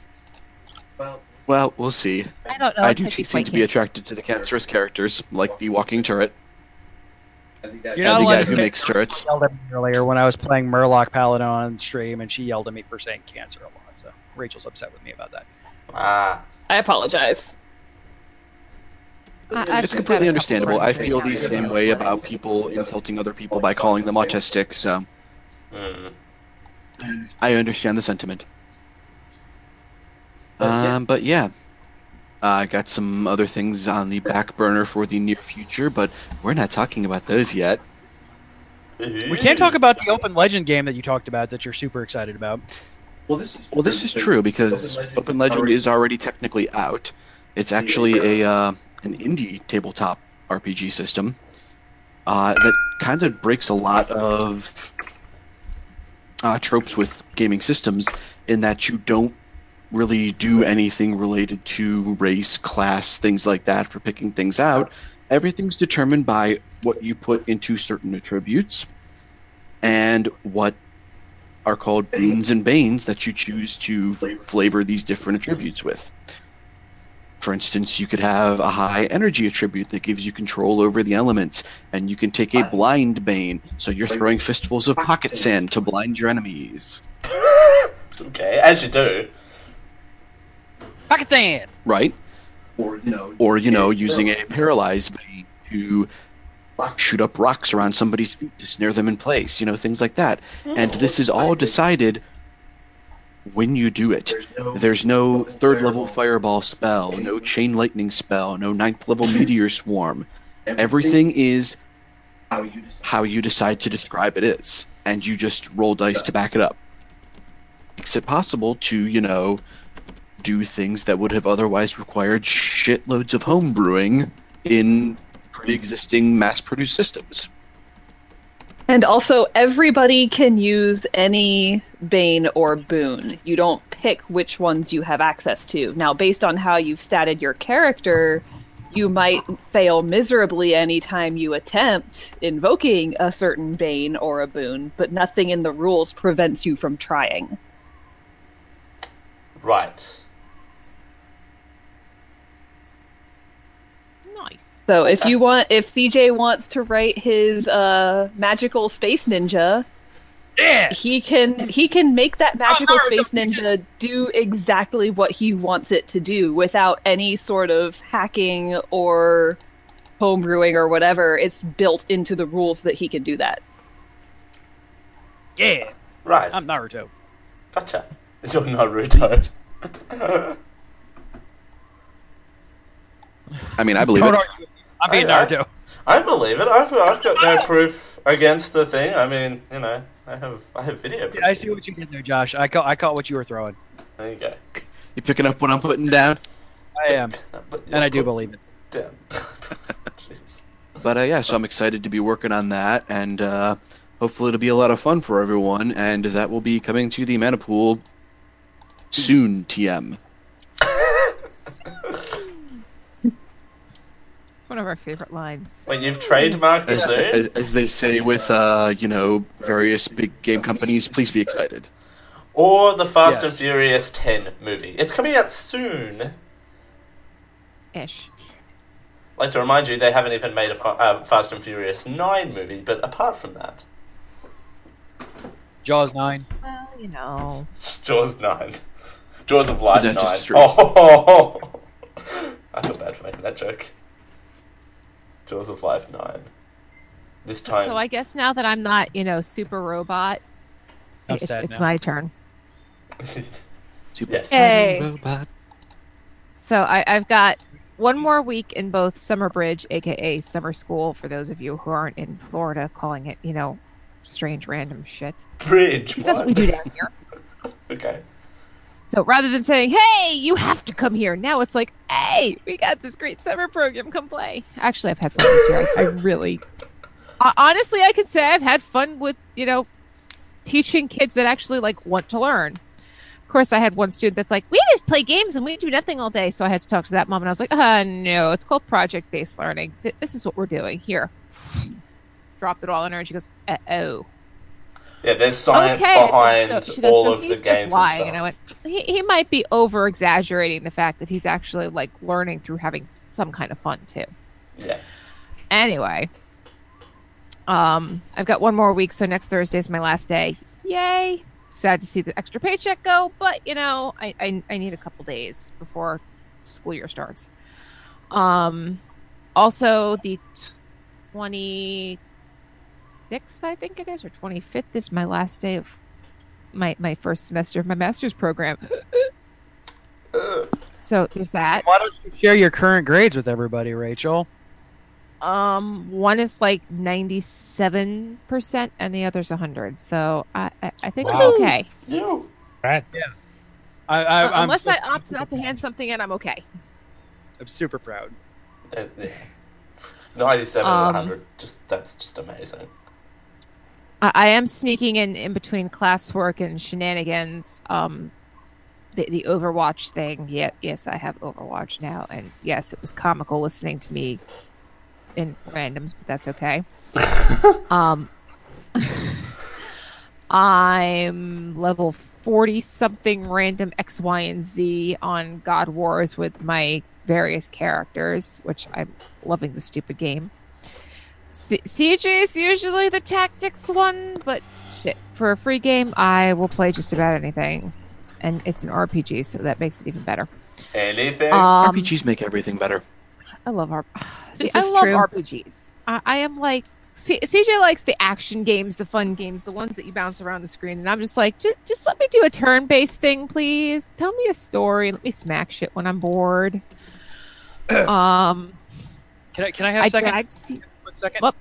J: Well, we'll see.
K: Oh, I don't know.
J: I
K: it
J: do
K: could be
J: seem
K: quite
J: to be attracted to the cancerous characters, like the walking turret.
E: You're
J: and
E: not
J: the
E: allowed
J: guy
E: to
J: who
E: pick-
J: makes turrets.
E: yelled at me earlier when I was playing Murloc Paladin on stream, and she yelled at me for saying cancer a lot. So Rachel's upset with me about that.
G: Ah.
I: I apologize.
K: I, I've just
J: It's
K: got a
J: completely
K: couple
J: understandable. I
K: friends right
J: feel
K: now.
J: the same way about people insulting other people by calling them autistic, so
G: Mm.
J: I understand the sentiment. Um, but yeah, I got some other things on the back burner for the near future, but we're not talking about those yet.
E: We can't talk about the Open Legend game that you talked about that you're super excited about.
J: Well, this is well, this is true because Open Legend is already technically out. It's actually a uh, an indie tabletop RPG system uh, that kind of breaks a lot of uh, tropes with gaming systems in that you don't really do anything related to race, class, things like that for picking things out. Everything's determined by what you put into certain attributes and what are called boons and banes that you choose to flavor these different attributes with. For instance, you could have a high energy attribute that gives you control over the elements, and you can take a blind bane, so you're throwing fistfuls of pocket sand to blind your enemies.
G: Okay, as you do.
E: Pakistan.
J: right? Or you know, or you know, using a paralyzed bait to shoot up rocks around somebody's feet to snare them in place. You know, things like that. And this is all decided when you do it. There's no third level fireball spell, no chain lightning spell, no ninth level meteor swarm. Everything is how you decide to describe it is, and you just roll dice to back it up. Makes it possible to, you know, do things that would have otherwise required shitloads of home brewing in pre-existing mass-produced systems.
I: And also, everybody can use any bane or boon. You don't pick which ones you have access to. Now, based on how you've statted your character, you might fail miserably anytime you attempt invoking a certain bane or a boon, but nothing in the rules prevents you from trying.
G: Right.
K: Nice.
I: So if you want, if CJ wants to write his uh, magical space ninja,
E: Yeah.
I: he can he can make that magical space ninja do exactly what he wants it to do without any sort of hacking or homebrewing or whatever. It's built into the rules that he can do that.
E: Yeah.
G: Right.
E: I'm Naruto.
G: Gotcha. You're Naruto.
J: I mean, I believe it.
E: Don't argue with me. I'm being
G: I- I-
E: Naruto.
G: I believe it. I've, I've got no proof against the thing. I mean, you know, I have I have video.
E: Yeah, I see what you did there, Josh. I caught I caught what you were throwing.
G: There you go.
J: You picking up what I'm putting down?
E: I am,
G: But
E: and I do believe it.
G: Down.
J: But uh, yeah, so I'm excited to be working on that, and uh, hopefully it'll be a lot of fun for everyone. And that will be coming to the mana pool soon. TM.
K: It's one of our favorite lines.
G: Wait, you've trademarked
J: As, as,
G: soon?
J: as they say with uh, you know various big game companies, please be excited.
G: Or the Fast and
E: Yes.
G: Furious 10 movie. It's coming out soon.
K: Ish.
G: Like to remind you, they haven't even made a fa- uh, Fast and Furious 9 movie, but apart from that,
E: Jaws nine.
K: Well, you know.
G: it's Jaws 9. Jaws of Life
J: The
G: 9.
J: dentistry.
G: Oh, ho, ho, ho. I feel bad for making that joke. Jaws of Life 9. This time.
K: So I guess now that I'm not, you know, super robot,
E: I'm
K: it's,
E: sad
K: it's
E: now.
K: my turn.
J: Super
G: Yes.
J: Saiyan
I: Hey.
J: Robot.
K: Um, So I, I've got one more week in both summer bridge, aka summer school, for those of you who aren't in Florida calling it, you know, strange random shit.
G: Bridge.
K: Because that's what we do down here.
G: Okay.
K: So rather than saying, "Hey, you have to come here," now it's like, "Hey, we got this great summer program. Come play." Actually, I've had fun this year. I, I really, uh, honestly, I could say I've had fun with you know, teaching kids that actually like want to learn. Of course, I had one student that's like, "We just play games and we do nothing all day." So I had to talk to that mom, and I was like, "Uh, no, it's called project-based learning. Th- This is what we're doing here." Dropped it all on her, and she goes, "Uh oh."
G: Yeah, there's science
K: okay, so-
G: behind
K: so she goes,
G: all
K: so
G: of the
K: he's
G: games
K: just lying,
G: and
K: and,
G: stuff.
K: I went, he, he might be over exaggerating the fact that he's actually like learning through having some kind of fun too.
G: Yeah.
K: Anyway, um, I've got one more week, so next Thursday is my last day. Yay! Sad to see the extra paycheck go, but you know, I I, I need a couple days before school year starts. Um, also the twenty sixth, I think it is, or twenty fifth is my last day of my my first semester of my master's program.
G: Uh,
K: so there's that.
E: Why don't you share your current grades with everybody, Rachel?
K: Um, one is like ninety seven percent, and the other's hundred. So I I, I think
E: Wow.
K: it's okay.
G: You.
F: Right.
E: Yeah. I, I,
K: Uh,
E: I'm
K: unless
E: so-
K: I opt not to hand something in, I'm okay.
E: I'm super proud.
G: Uh, yeah. 97
K: Um,
G: and 100. Just that's just amazing.
K: I, I am sneaking in in between classwork and shenanigans. Um, the the Overwatch thing. Yet yes, I have Overwatch now, and yes, it was comical listening to me in randoms, but that's okay. um, I'm level forty something random X, Y, and Z on God Wars with my various characters, which I'm loving the stupid game. C- CJ is usually the tactics one, but shit, for a free game, I will play just about anything, and it's an RPG, so that makes it even better.
I: Uh,
G: Anything?
K: Um,
J: RPGs make everything better.
K: I love R. See,
I: This
K: I
I: is
K: love
I: true.
K: RPGs. I, I am like C- CJ likes the action games, the fun games, the ones that you bounce around the screen, and I'm just like, just just let me do a turn-based thing, please. Tell me a story. Let me smack shit when I'm bored. um,
E: Can I, can I have
K: I
E: a second?
K: dragged. C-
E: One second.
K: What?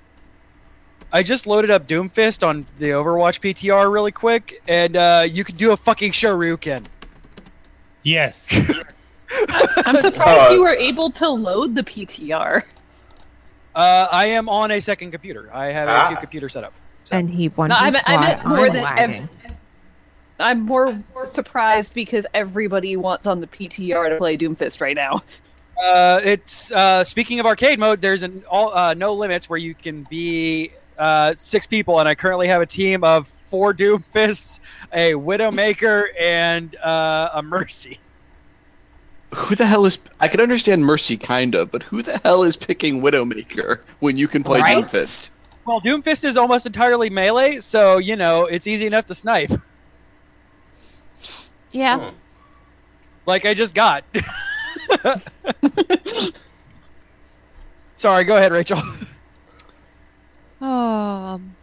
E: I just loaded up Doomfist on the Overwatch PTR really quick, and uh, you can do a fucking Shoryuken.
F: Yes.
I: I'm surprised
G: Uh,
I: you were able to load the PTR.
E: Uh, I am on a second computer. I have a
G: Ah.
E: two computer setup.
K: and he wonders
I: No, I meant,
K: why
I: I meant more
K: I'm
I: than ev-
K: lagging.
I: I'm more surprised because everybody wants on the PTR to play Doomfist right now.
E: Uh, it's uh, speaking of arcade mode. There's an all uh, no limits where you can be uh, six people, and I currently have a team of four Doomfists, a Widowmaker, and uh, a Mercy.
J: Who the hell is? I can understand Mercy kind of, but who the hell is picking Widowmaker when you can play
K: Right?
J: Doomfist?
E: Well, Doomfist is almost entirely melee, so you know it's easy enough to snipe.
K: Yeah.
G: Hmm.
E: Like I just got. Sorry, go ahead, Rachel.
K: Um,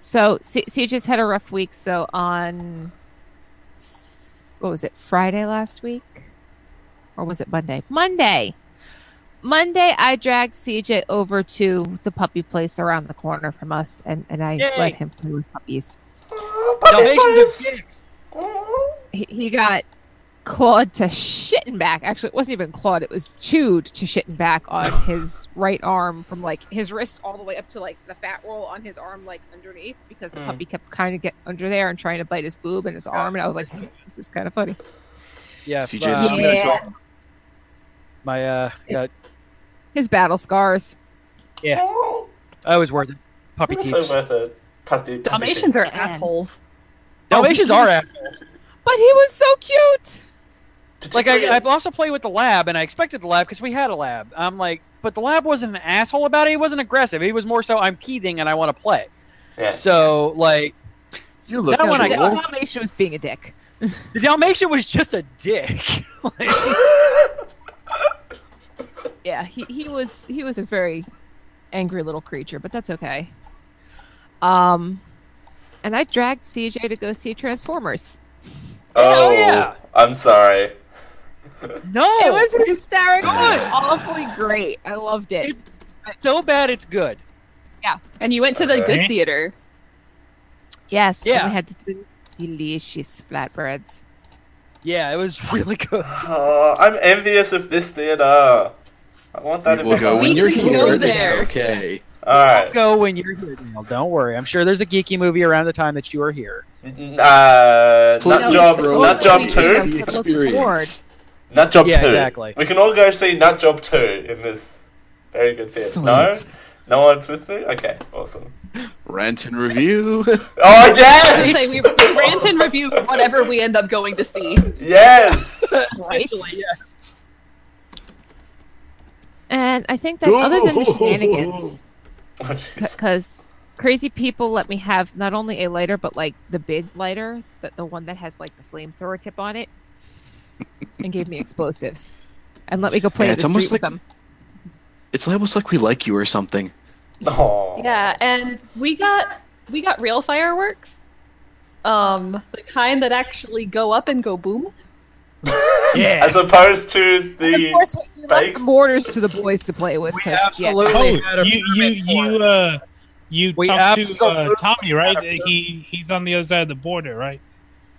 K: so C- CJ's had a rough week. So on s- what was it Friday last week, or was it Monday? Monday, Monday. I dragged CJ over to the puppy place around the corner from us, and and I
E: Yay.
K: let him play with puppies.
E: Dalmatians are dicks.
K: He, he got clawed to shit and back. Actually, it wasn't even clawed; it was chewed to shit and back on his right arm, from like his wrist all the way up to like the fat roll on his arm, like underneath, because the
G: Hmm.
K: puppy kept kind of get under there and trying to bite his boob and his arm, and I was like, "This is kind of funny."
E: Yeah, uh,
J: CJ, this
E: I'm
J: is
E: gonna
J: gonna
E: draw
J: go-
E: my uh, yeah,
K: His battle scars.
L: Uh,
E: I was worth it. Puppy
G: It's
E: teeth.
G: so worth it. Puppy, puppy
I: Dalmatians are
K: Man.
I: assholes.
E: Dalmatians are assholes.
K: But he was so cute.
G: teeth.
E: Like I,
G: Particularly-
E: I also play with the lab, and I expected the lab because we had a lab. I'm like, but the lab wasn't an asshole about it. He wasn't aggressive. He was more so, I'm teething and I want to play.
G: yeah.
E: So like,
J: You look
E: That one I
K: The
E: got.
J: cool.
K: Dalmatian was being a dick.
E: the Dalmatian was just a dick. like,
K: Yeah, he, he was he was a very angry little creature, but that's okay. Um, and I dragged CJ to go see Transformers.
G: Oh,
E: yeah.
G: I'm sorry.
E: No,
K: it was hysterical,
E: Oh, good.
K: awfully great. I loved it.
E: so bad it's good.
K: yeah,
I: and you went to the
E: Okay.
I: good theater.
K: Yes, and
E: Yeah.
K: we had to do delicious flatbreads.
E: Yeah, it was really good.
G: Oh, I'm envious of this theater. I want that. in
J: We'll
G: my
J: go
G: life.
J: when you're here. It's okay.
G: All right.
E: Go when you're here, Neil. Don't worry. I'm sure there's a geeky movie around the time that you are here.
G: Uh, nut job, nut job two, nut job
E: Yeah,
G: two.
E: exactly.
G: We can all go see nut job two in this very good theater. No,
J: Sweet.
G: no one's with me. Okay, awesome.
J: Rant and review.
G: Oh
I: I was
G: yes,
I: gonna say, we, we rant and review whatever we end up going to see.
G: yes. Oh,
I: Essentially, yes.
K: And I think that other than the shenanigans, because crazy people let me have not only a lighter but like the big lighter, but the one that has like the flamethrower tip on it, and gave me explosives, and let me go play
J: Yeah,
K: in
J: it's
K: the
J: almost
K: street
J: like-
K: with them.
J: It's almost like we like you or something.
G: Oh.
I: Yeah, and we got we got real fireworks, um, the kind that actually go up and go boom.
E: Yeah.
G: As opposed to
K: Of
G: the
K: course, we we left the mortars to the boys to play with. 'cause- yeah.
E: absolutely had a
F: Oh, you you you uh you
E: We
F: talked to uh,
E: absolutely
F: Tommy, right?
E: had a-
F: He he's on the other side of the border, right?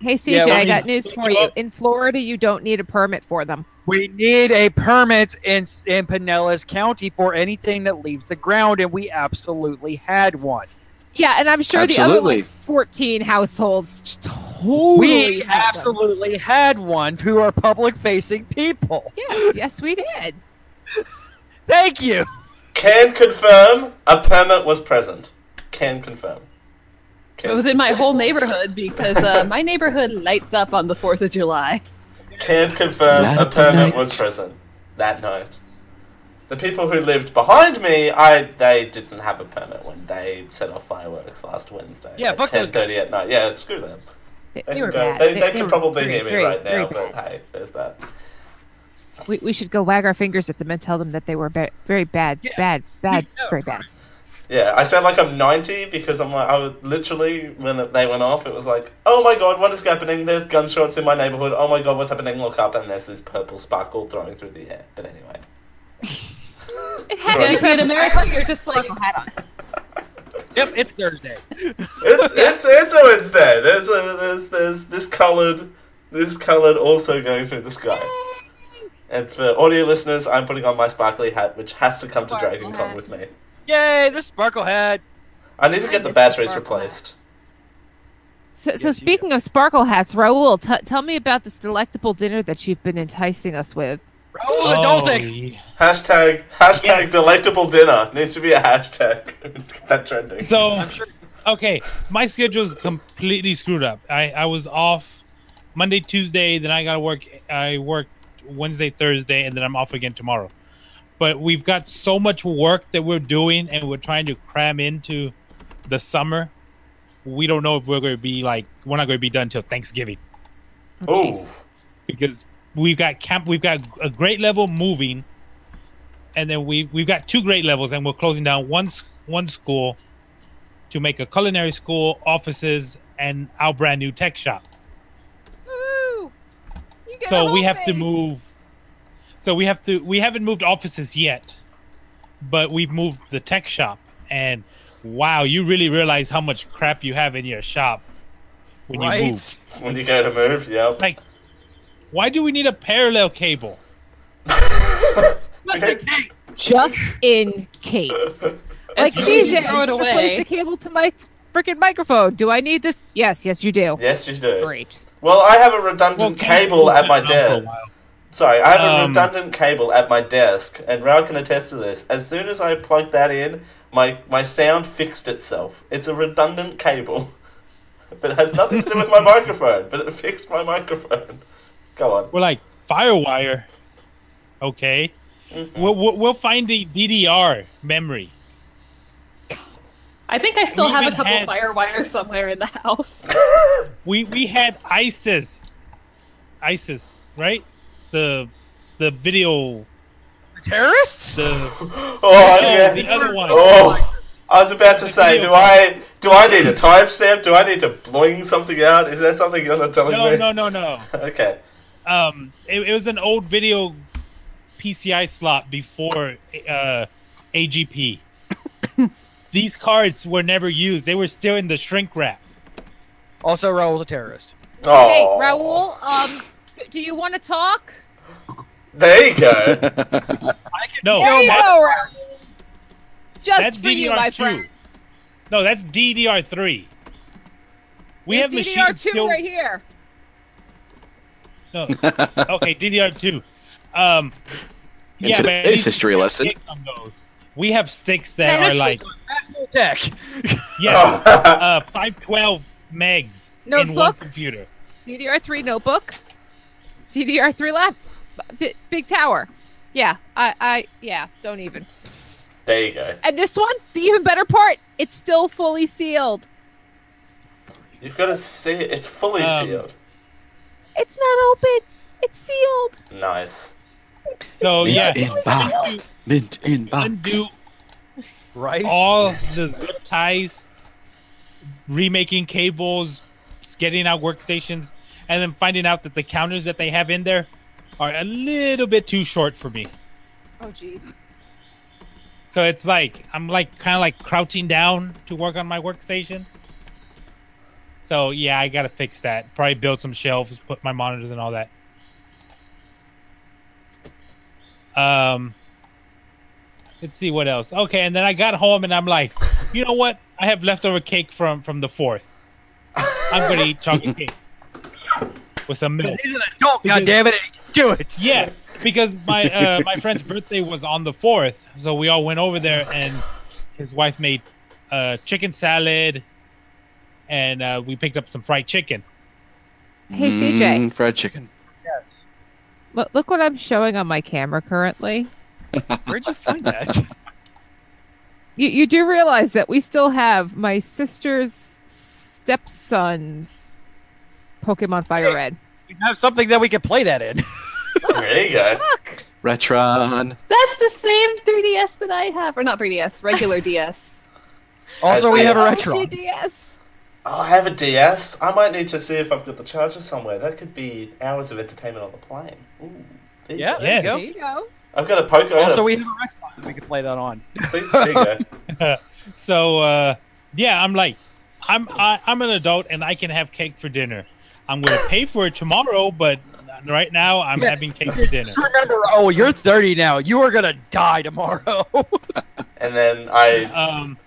K: Hey CJ,
E: Yeah, well,
K: I
E: you-
K: got news for you. In Florida, you don't need a permit for them.
E: We need a permit in in Pinellas County for anything that leaves the ground, and we absolutely had one.
K: Yeah, and I'm sure the other
E: Absolutely.
K: like 14 households totally
E: we
K: have them.
E: absolutely had one who are public facing people.
K: Yes, yes, we did.
E: Thank you.
G: can confirm a permit was present. Can confirm. Can,
I: It was in my whole neighborhood because uh, my neighborhood lights up on the Fourth of July.
G: can confirm a permit was present that night. The people who lived behind me, I they didn't have a permit when they set off fireworks last Wednesday.
E: Yeah,
G: at
E: fuck those
G: 10:30 at night. Yeah, screw them.
K: They,
G: can
K: were
G: go-
K: bad.
G: uh, They,
K: They-
G: they
K: they
G: can
K: were
G: probably
K: very,
G: hear me
K: very,
G: right now,
K: very
G: but hey, there's that.
K: We, we should go wag our fingers at them and tell them that they were ba- very bad, bad, bad, very bad.
G: Yeah, I sound like I'm 90 because I'm like, I was literally, when they went off, it was like, oh my god, what is happening? There's gunshots in my neighborhood. Oh my god, what's happening? Look up, and there's this purple sparkle throwing through the air. But anyway.
K: It's
G: Sorry.
I: If you're in America, you're just like
E: Yep, it's Thursday.
G: it's it's it's a Wednesday. There's a there's there's this coloured this coloured also going through the sky. And for audio listeners, I'm putting on my sparkly hat, which has to come to Dragon Con with me.
E: Yay, the sparkle hat.
G: I need to get the batteries replaced.
K: So, so speaking of sparkle hats, Raul, t- tell me about this delectable dinner that you've been enticing us with.
E: Oh, adulting.
G: Hashtag hashtag delectable dinner needs to be a hashtag. Get that trending.
F: So, okay, my schedule's completely screwed up. I, I was off Monday, Tuesday, then I got to work. I worked Wednesday, Thursday, and then I'm off again tomorrow. But we've got so much work that we're doing, and we're trying to cram into the summer. We don't know if we're going to be like we're not going to be done till Thanksgiving
G: Oh,
F: because we've got camp we've got a great level moving and then we we've got two great levels and we're closing down one s- one school to make a culinary school offices and our brand new tech shop so we have to move so we have to we haven't moved offices yet but we've moved the tech shop and wow you really realize how much crap you have in your shop when you move
G: When you go to move, yeah. It's
F: like, why do we need a parallel cable?
K: Just in case. like,
I: soon as you
K: DJ,
I: throw it
K: replace
I: away-
K: the cable to my freaking microphone. Do I need this? Yes, yes, you do.
G: Yes, you do.
K: Great.
G: Well, I have a redundant cable at my desk. Sorry, I have a
F: Um,
G: redundant cable at my desk, and Rao can attest to this. As soon as I plugged that in, my my sound fixed itself. It's a redundant cable, but it has nothing to do with my microphone. But it fixed my microphone. Go on.
F: We're like Firewire. Okay,
G: Mm-hmm.
F: we'll, we'll, we'll find the DDR memory.
I: I think I still
F: We
I: have a
F: even
I: couple
F: had-
I: fire wires somewhere in the house.
F: We we had ISIS, ISIS, right? The the video
E: terrorists.
F: The
G: Oh, I was
F: No,
G: gonna-
F: the other one.
G: Oh, I was about to say,
F: video
G: do I do I need a timestamp? Do I need to bling something out? Is there something you're not telling
F: No
G: me?
F: no no no.
G: Okay.
F: um, it, it was an old video PCI slot before uh, AGP. These cards were never used; they were still in the shrink wrap.
E: Also, Raul's a terrorist.
K: Hey,
G: Oh.
K: Raul, um, d- do you want to talk?
G: There you
E: Oh,
G: go.
F: no,
K: there you
F: that's-
K: go, Raul.
I: Just
F: that's
I: for you,
F: DDR2.
I: my friend.
F: No, that's DDR3. We
K: There's
F: have machines
K: DDR2
F: still.
K: right here.
F: No. okay, DDR2. Um,
J: In
F: yeah, but at
J: today's
F: least
J: history lesson.
F: we have sticks that are like
E: tech.
F: yeah,
J: Oh.
G: Oh.
F: uh, five twelve megs in one
K: Notebook?
F: computer.
K: DDR3 notebook, DDR3 lap, B- big tower. Yeah, I, I, yeah, don't even.
G: There you go.
K: And this one, the even better part, it's still fully sealed.
G: You've got to see it. It's fully
F: Um,
G: sealed.
K: It's not open. It's sealed.
G: Nice.
F: So yeah,
J: Mint in box. Mint in box.
F: undo
E: right
F: all the zip ties, remaking cables, getting out workstations, and then finding out that the counters that they have in there are a little bit too short for me.
K: Oh, jeez.
F: So it's like I'm like kind of like crouching down to work on my workstation. So yeah, I gotta fix that. Probably build some shelves, put my monitors and all that. Um, let's see what else. Okay, and then I got home and I'm like, you know what? I have leftover cake from from the fourth. I'm gonna eat chocolate cake with some milk.
E: He's an adult, goddammit. Do it.
F: Yeah, because my uh, my friend's birthday was on the fourth, so we all went over there, and his wife made uh, chicken salad, and uh, we picked up some fried chicken.
K: Hey, CJ.
J: Mm, fried chicken.
E: Yes.
K: Look, look what I'm showing on my camera currently.
E: Where'd you find that?
K: You, you do realize that we still have my sister's stepson's Pokemon Fire Red.
E: we have something that we can play that in.
G: There you go.
K: Look,
J: Retron.
I: That's the same 3DS that I have, or not 3DS, regular DS.
E: Also, we
G: I-
E: have a
K: Oh,
E: retro.
K: GDS.
G: Oh, I have a DS. I might need to see if I've got the charger somewhere. That could be hours of entertainment on the plane. Ooh, there you
E: Yeah,
G: go.
E: there you
K: There
E: go.
K: you go.
G: I've got a poke.
E: Also, we have a Xbox that we can play that on.
G: See, there you go.
F: So uh, yeah, I'm like, I'm I, I'm an adult and I can have cake for dinner. I'm gonna pay for it tomorrow, but right now I'm
E: Yeah.
F: having cake for dinner.
E: Just remember, oh, you're 30 now. You are gonna die tomorrow.
G: And then I
F: Um,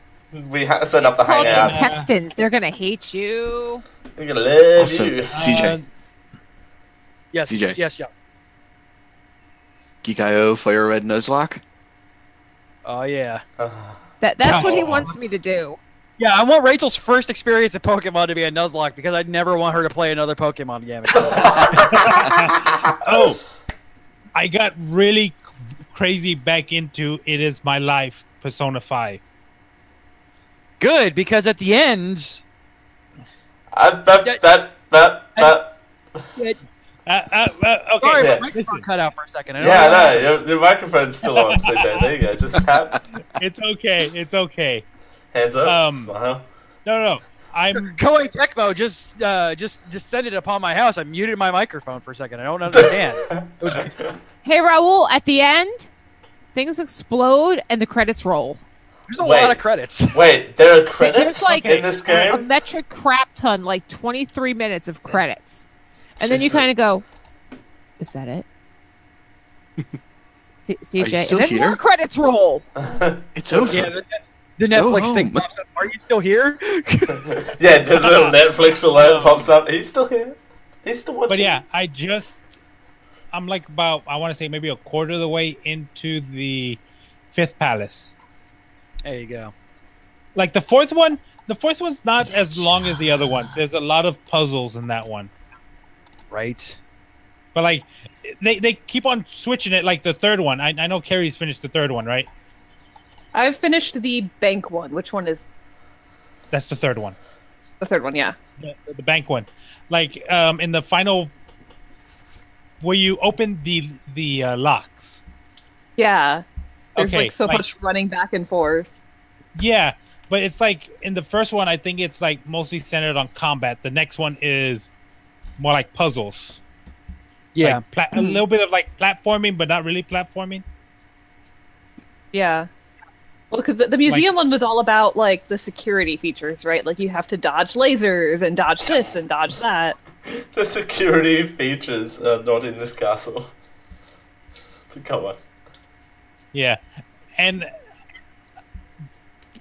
G: we ha- set up the
K: Called
G: hangout.
F: intent-
K: intestines. They're gonna hate you.
G: We're gonna love
J: Also,
G: you.
J: CJ,
E: Uh, yes,
J: CJ.
E: yes, yeah.
J: Geek IO, Fire Red Nuzlocke.
E: Oh yeah,
G: Uh,
K: That that's what he
F: Oh.
K: wants me to do.
E: yeah. I want Rachel's first experience in Pokemon to be a Nuzlocke because I'd never want her to play another Pokemon game.
G: Uh,
F: oh, I got really crazy back into it is my life Persona Five.
E: Good, because at the end,
G: I, uh, that,
E: Yeah.
G: that that that
F: Uh, uh, uh, okay.
E: sorry,
G: yeah.
E: my microphone
F: Listen.
E: cut out for a second. I don't
G: yeah,
E: know.
G: no, your, your microphone's still on, CJ. There you go. Just tap,
F: It's okay. It's okay.
G: hands up,
F: Um,
G: smile.
F: No, no. I'm
E: Koei Tecmo just uh, just descended upon my house. I muted my microphone for a second. I don't understand. it was
K: Hey Raul, at the end, things explode and the credits roll.
E: There's a
G: Wait.
E: lot of credits.
G: Wait, there are
K: Th-
G: credits
K: There's like
G: in this
K: a, a
G: game.
K: metric crap ton, like 23 minutes of credits, and then you
G: Jesus.
K: kind of go, "Is that it?" C- CJ,
J: you still
K: and then
J: here?
K: more credits roll.
J: It's over.
E: Yeah, the, the
J: Go
E: Netflix thing
J: home.
E: pops up. Are you still here?
G: yeah, the little Netflix alert pops up. Are you still here? He's still watching.
F: but yeah, I just I'm like about I want to say maybe a quarter of the way into the fifth palace.
E: There you go.
F: Like the fourth one, the fourth one's not as long as the other ones. There's a lot of puzzles in that one.
E: Right.
F: But like they they keep on switching it like the third one. I I know Carrie's finished the third one, right?
I: I've finished the bank one. Which one is
F: That's the third one.
I: the third one? Yeah.
F: the, the bank one like um in the final where you open the the uh, locks
I: Yeah. There's
F: Okay,
I: like so
F: like-
I: much running back and forth.
F: yeah but it's like in the first one i think it's like mostly centered on combat the next one is more like puzzles
E: Yeah.
F: Like, pla- a little bit of like platforming, but not really platforming.
I: Yeah. Well, because the, the museum one was all about like the security features, right? Like you have to dodge lasers and dodge this and dodge that.
G: The security features are not in this castle. Come on.
F: Yeah, and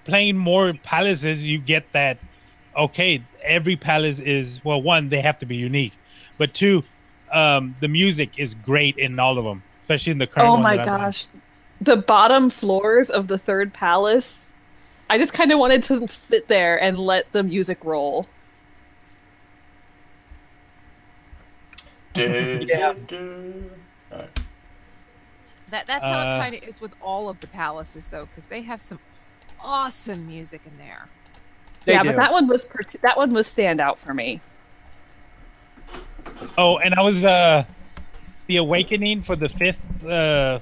F: playing more palaces, you get that. Okay, every palace is well. One, they have to be unique, but two, um, the music is great in all of them, especially in the current.
I: Oh
F: one
I: my
F: that I'm on.
I: gosh, the bottom floors of the third palace. I just kind of wanted to sit there and let the music roll.
G: Do,
I: Yeah.
G: do, do.
K: That, that's how
F: Uh,
K: it kind of is with all of the palaces, though, because they have some awesome music in there.
F: They
I: yeah,
F: do.
I: but that one was per- that one was standout for me.
F: Oh, and I was uh the awakening for the fifth uh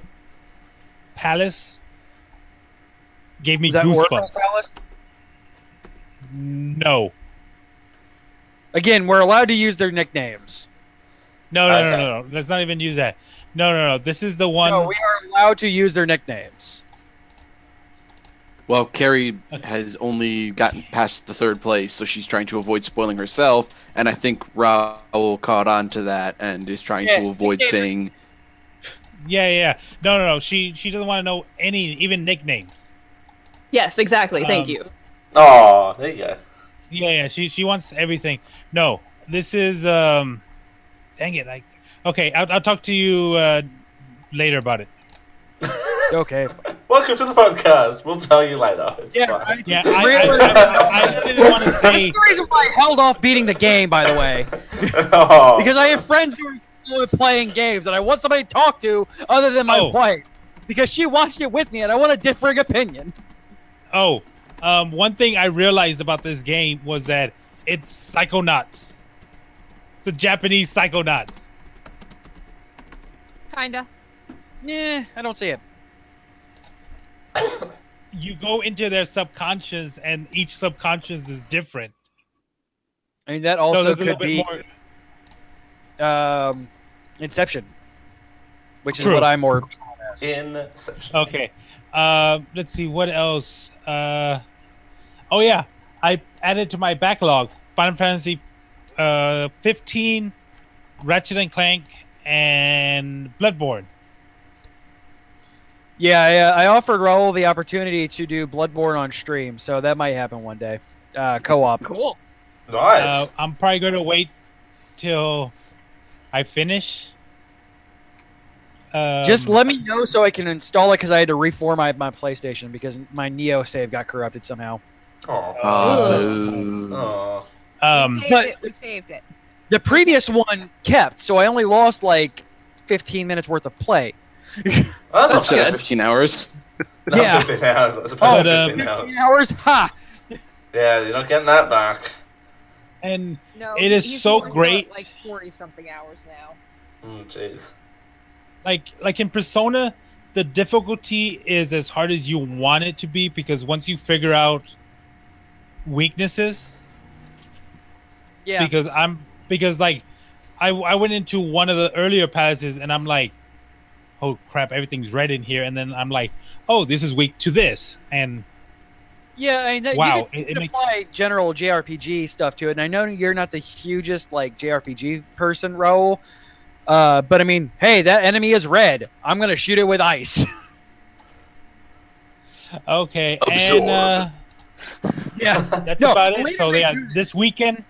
F: palace gave me
E: Is that
F: goosebumps.
E: Warcraft Palace?
F: No.
E: Again, we're allowed to use their nicknames.
F: No, no, no,
E: Okay.
F: no, no. Let's not even use that. No, no, no. This is the one.
E: No, we are allowed to use their nicknames.
J: Well, Carrie has only gotten past the third place, so she's trying to avoid spoiling herself, and I think Raoul caught on to that and is trying
F: Yeah,
J: to
F: he
J: avoid
F: gave her-
J: saying
F: Yeah, yeah. No, no, no. She she doesn't want to know any even nicknames.
I: Yes, exactly. Thank
F: Um,
I: you.
G: Oh, there you go.
F: Yeah, yeah. She she wants everything. No, this is um. Dang it! I okay. I'll, I'll talk to you uh, later about it.
E: okay.
G: Welcome to the podcast. We'll tell you later. It's fine.
F: Yeah, I,
E: Really?
F: I, I, I didn't want to
E: That's
F: say.
E: the reason why I held off beating the game, by the way.
G: Oh.
E: Because I have friends who are still playing games, and I want somebody to talk to other than my
F: Oh.
E: wife. Because she watched it with me, and I want a differing opinion.
F: Oh, um, one thing I realized about this game was that it's Psychonauts. It's a Japanese Psychonauts.
K: Kinda.
E: Yeah, I don't see it.
F: You go into their subconscious, and each subconscious is different.
E: I mean, that
F: So
E: also
F: there's a
E: could
F: little
E: be
F: bit more-
E: um, Inception, which is
F: True.
E: what I'm more.
G: Inception.
F: Okay. Uh, let's see what else. Uh, oh yeah, I added to my backlog Final Fantasy uh, 15, Ratchet and Clank, and Bloodborne.
E: Yeah, I, uh, I offered Raul the opportunity to do Bloodborne on stream, so that might happen one day. Uh, co-op.
I: Cool.
F: Uh,
G: Nice.
F: I'm probably going to wait till I finish. Um,
E: Just let me know so I can install it because I had to reform my, my PlayStation because my Neo save got corrupted somehow.
G: Oh.
J: um, uh,
G: Oh.
K: we
F: Um,
K: saved
E: but-
K: it. We saved it.
E: The previous one kept, so I only lost like 15 minutes worth of play.
G: Well, that's
J: that's
G: not
J: uh,
G: good.
J: 15 hours.
G: Not
E: Yeah.
G: 15 hours. That's
F: Oh,
G: about
F: the-
G: 15 hours.
E: 15 hours? Ha!
G: Yeah, you're not getting that back.
F: and
K: No,
F: It is
K: he's
F: so
K: more
F: great.
K: at, Like forty something hours now.
G: Mm, Jeez.
F: like like in Persona, the difficulty is as hard as you want it to be because once you figure out weaknesses,
E: Yeah.
F: because I'm because like I I went into one of the earlier passes and I'm like, oh crap, everything's red in here, and then I'm like, oh this is weak to this, and
E: Yeah, I mean, that,
F: Wow,
E: you can,
F: it- it
E: you can
F: makes-
E: apply general JRPG stuff to it, and I know you're not the hugest like JRPG person, Raul. Uh, but I mean, hey, that enemy is red. I'm gonna shoot it with ice.
F: okay,
J: Absorb.
F: and uh,
E: yeah,
F: that's
E: No,
F: about it.
E: later
F: So
E: they
F: yeah,
E: do-
F: this weekend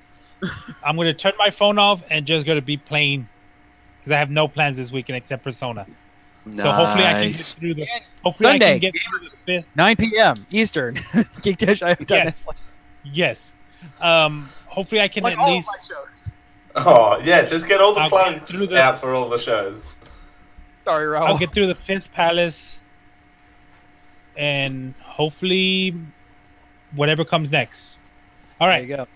F: I'm gonna turn my phone off and just gonna be playing because I have no plans this weekend except Persona.
J: Nice.
F: So hopefully I can get through the hopefully I
E: Sunday.
F: can get through the fifth.
E: 9 p.m. Eastern. Geek Dash. I have done
F: Yes. Yes. Um. Hopefully I can
E: Like
F: at
E: all of
F: least
E: my shows.
G: Oh, yeah, just get all the
F: I'll get
G: plugs
F: through the-
G: out for all the shows.
E: Sorry, Raul.
F: I'll get through the fifth palace, and hopefully whatever comes next. All
E: there you
F: right,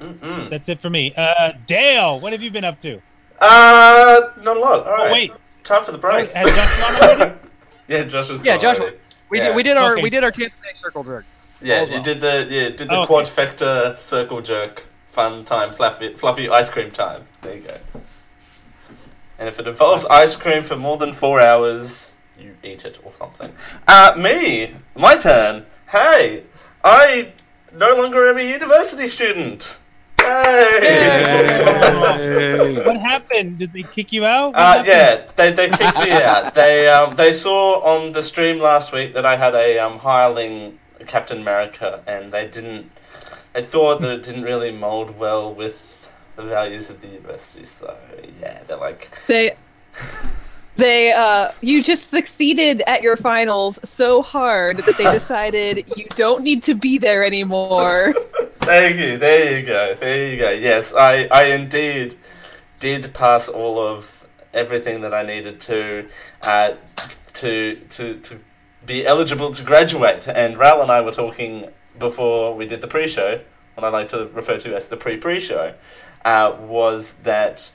E: go.
G: Mm-mm.
F: that's it for me. Uh, Dale, what have you been up to?
G: Uh, not a lot. All right.
F: Oh, wait.
G: Time for the break.
F: Has Josh gone already?
G: yeah, Josh is
E: Yeah,
G: gone
E: Josh-
G: already.
E: We,
G: Yeah.
E: did, we did our
F: Okay.
E: we did our TFNA circle jerk.
G: Yeah,
E: All's
G: you
E: well.
G: did the yeah did the
F: Oh, okay.
G: quadfecta circle jerk fun time fluffy fluffy ice cream time. There you go. And if it involves ice cream for more than four hours, you eat it or something. Uh, me! My turn! Hey! I no longer am a university student! Yay!
F: What happened? Did they kick you out? What
G: Uh,
F: happened?
G: yeah, they, they kicked me out. They um, they saw on the stream last week that I had a um, hireling Captain America, and they didn't. They thought that it didn't really mold well with the values of the university. So yeah, they're like,
I: They, they, uh, you just succeeded at your finals so hard that they decided you don't need to be there anymore.
G: Thank you. There you go. There you go. Yes, I, I indeed did pass all of everything that I needed to, uh, to, to, to be eligible to graduate. And Ral and I were talking before we did the pre-show, what I like to refer to as the pre-pre-show, uh, was that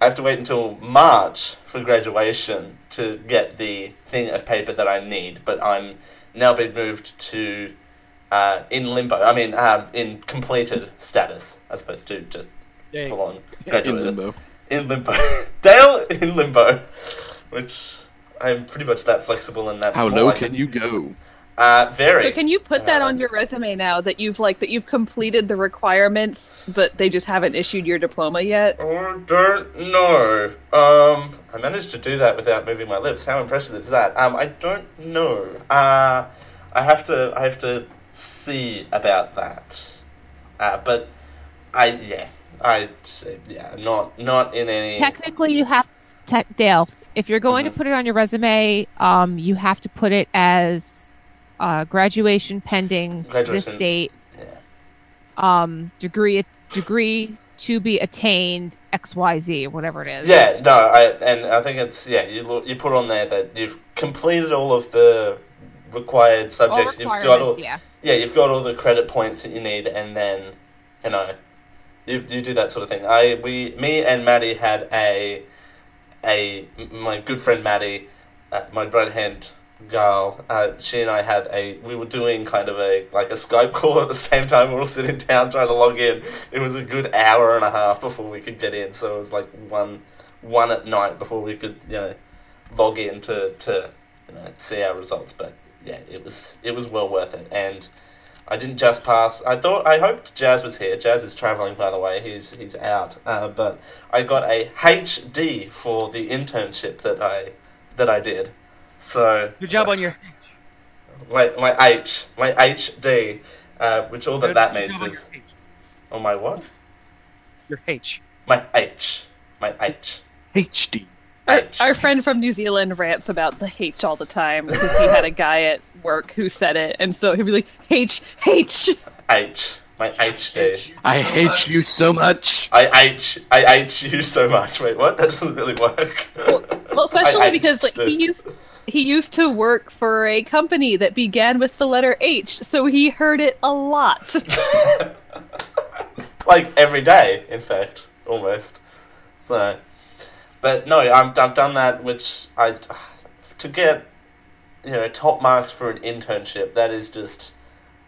G: I have to wait until March for graduation to get the thing of paper that I need. But I'm now been moved to uh, in limbo. I mean, um, in completed status, as opposed to just
E: Yay.
G: full on
J: In
G: graduated.
J: limbo.
G: In limbo. Dale in limbo, which I'm pretty much that flexible and that.
J: How
G: small,
J: low
G: I
J: can you go?
G: Uh, very.
I: So can you put that on your resume now that you've like that you've completed the requirements, but they just haven't issued your diploma yet?
G: I Oh, don't know. Um, I managed to do that without moving my lips. How impressive is that? Um, I don't know. Uh, I have to. I have to see about that. Uh, but I yeah. I yeah. Not not in any.
K: Technically, you have te- Dale. If you're
F: Uh-huh.
K: going to put it on your resume, um, you have to put it as uh, graduation pending this
G: Graduation,
K: date,
G: yeah.
K: um, degree degree to be attained X Y Z or whatever it is.
G: Yeah, no, I and I think it's yeah. You lo- you put on there that you've completed all of the required subjects. you've got all
K: requirements, yeah.
G: yeah, you've got all the credit points that you need, and then you know, you you do that sort of thing. I we me and Maddie had a a my good friend Maddie, uh, my right hand girl. Uh, she and I had a we were doing kind of a like a Skype call at the same time. We were all sitting down trying to log in. It was a good hour and a half before we could get in. So it was like one one at night before we could you know log in to to you know see our results. But yeah, it was it was well worth it and. I didn't just pass. I thought I hoped Jazz was here. Jazz is traveling, by the way. He's he's out. Uh, but I got a HD for the internship that I that I did. So
E: Good job on your
G: my my H my HD, uh, which all that that
I: Oh
G: means is on my what
E: your H.
G: my H my H
J: HD.
I: Our, our friend from New Zealand rants about the H all the time because he had a guy at work who said it, and so he'd be like H H.
G: H my HD.
J: I hate you so much.
G: I H I H you so much. Wait, what? That doesn't really work.
I: Well, especially
G: I- I
I: because like
G: understood.
I: he used he used to work for a company that began with the letter H, so he heard it a lot.
G: like every day, in fact, almost. So, but no, I'm, I've done that, which I to get you know top marks for an internship. That is just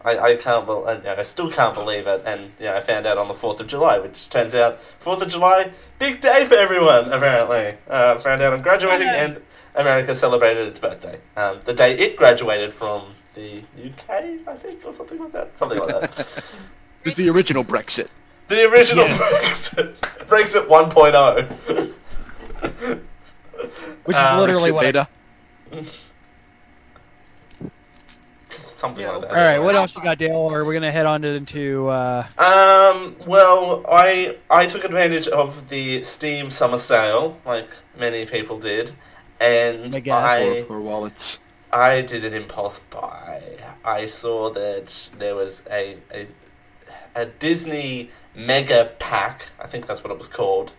G: I, I can't bel I, I still can't believe it. And you know, I found out on the Fourth of July, which turns out Fourth of July, big day for everyone. Apparently, uh, found out I'm graduating,
I: Yay.
G: and America celebrated its birthday. Um, the day it graduated from the UK, I think, or something like that. Something like that.
J: It was the original Brexit.
G: The original Brexit. Brexit oh. 1.0.
E: Which is
G: Uh,
E: literally
J: Brexit
E: what.
J: beta.
G: Something like that.
E: All right, what else you got, Dale? Or we're gonna head on into. Uh,
G: Um, well, I I took advantage of the Steam summer sale, like many people did, and
E: Mega.
J: Or,
G: I
J: or wallets.
G: I did an impulse buy. I saw that there was a a, a Disney mega pack, I think that's what it was called,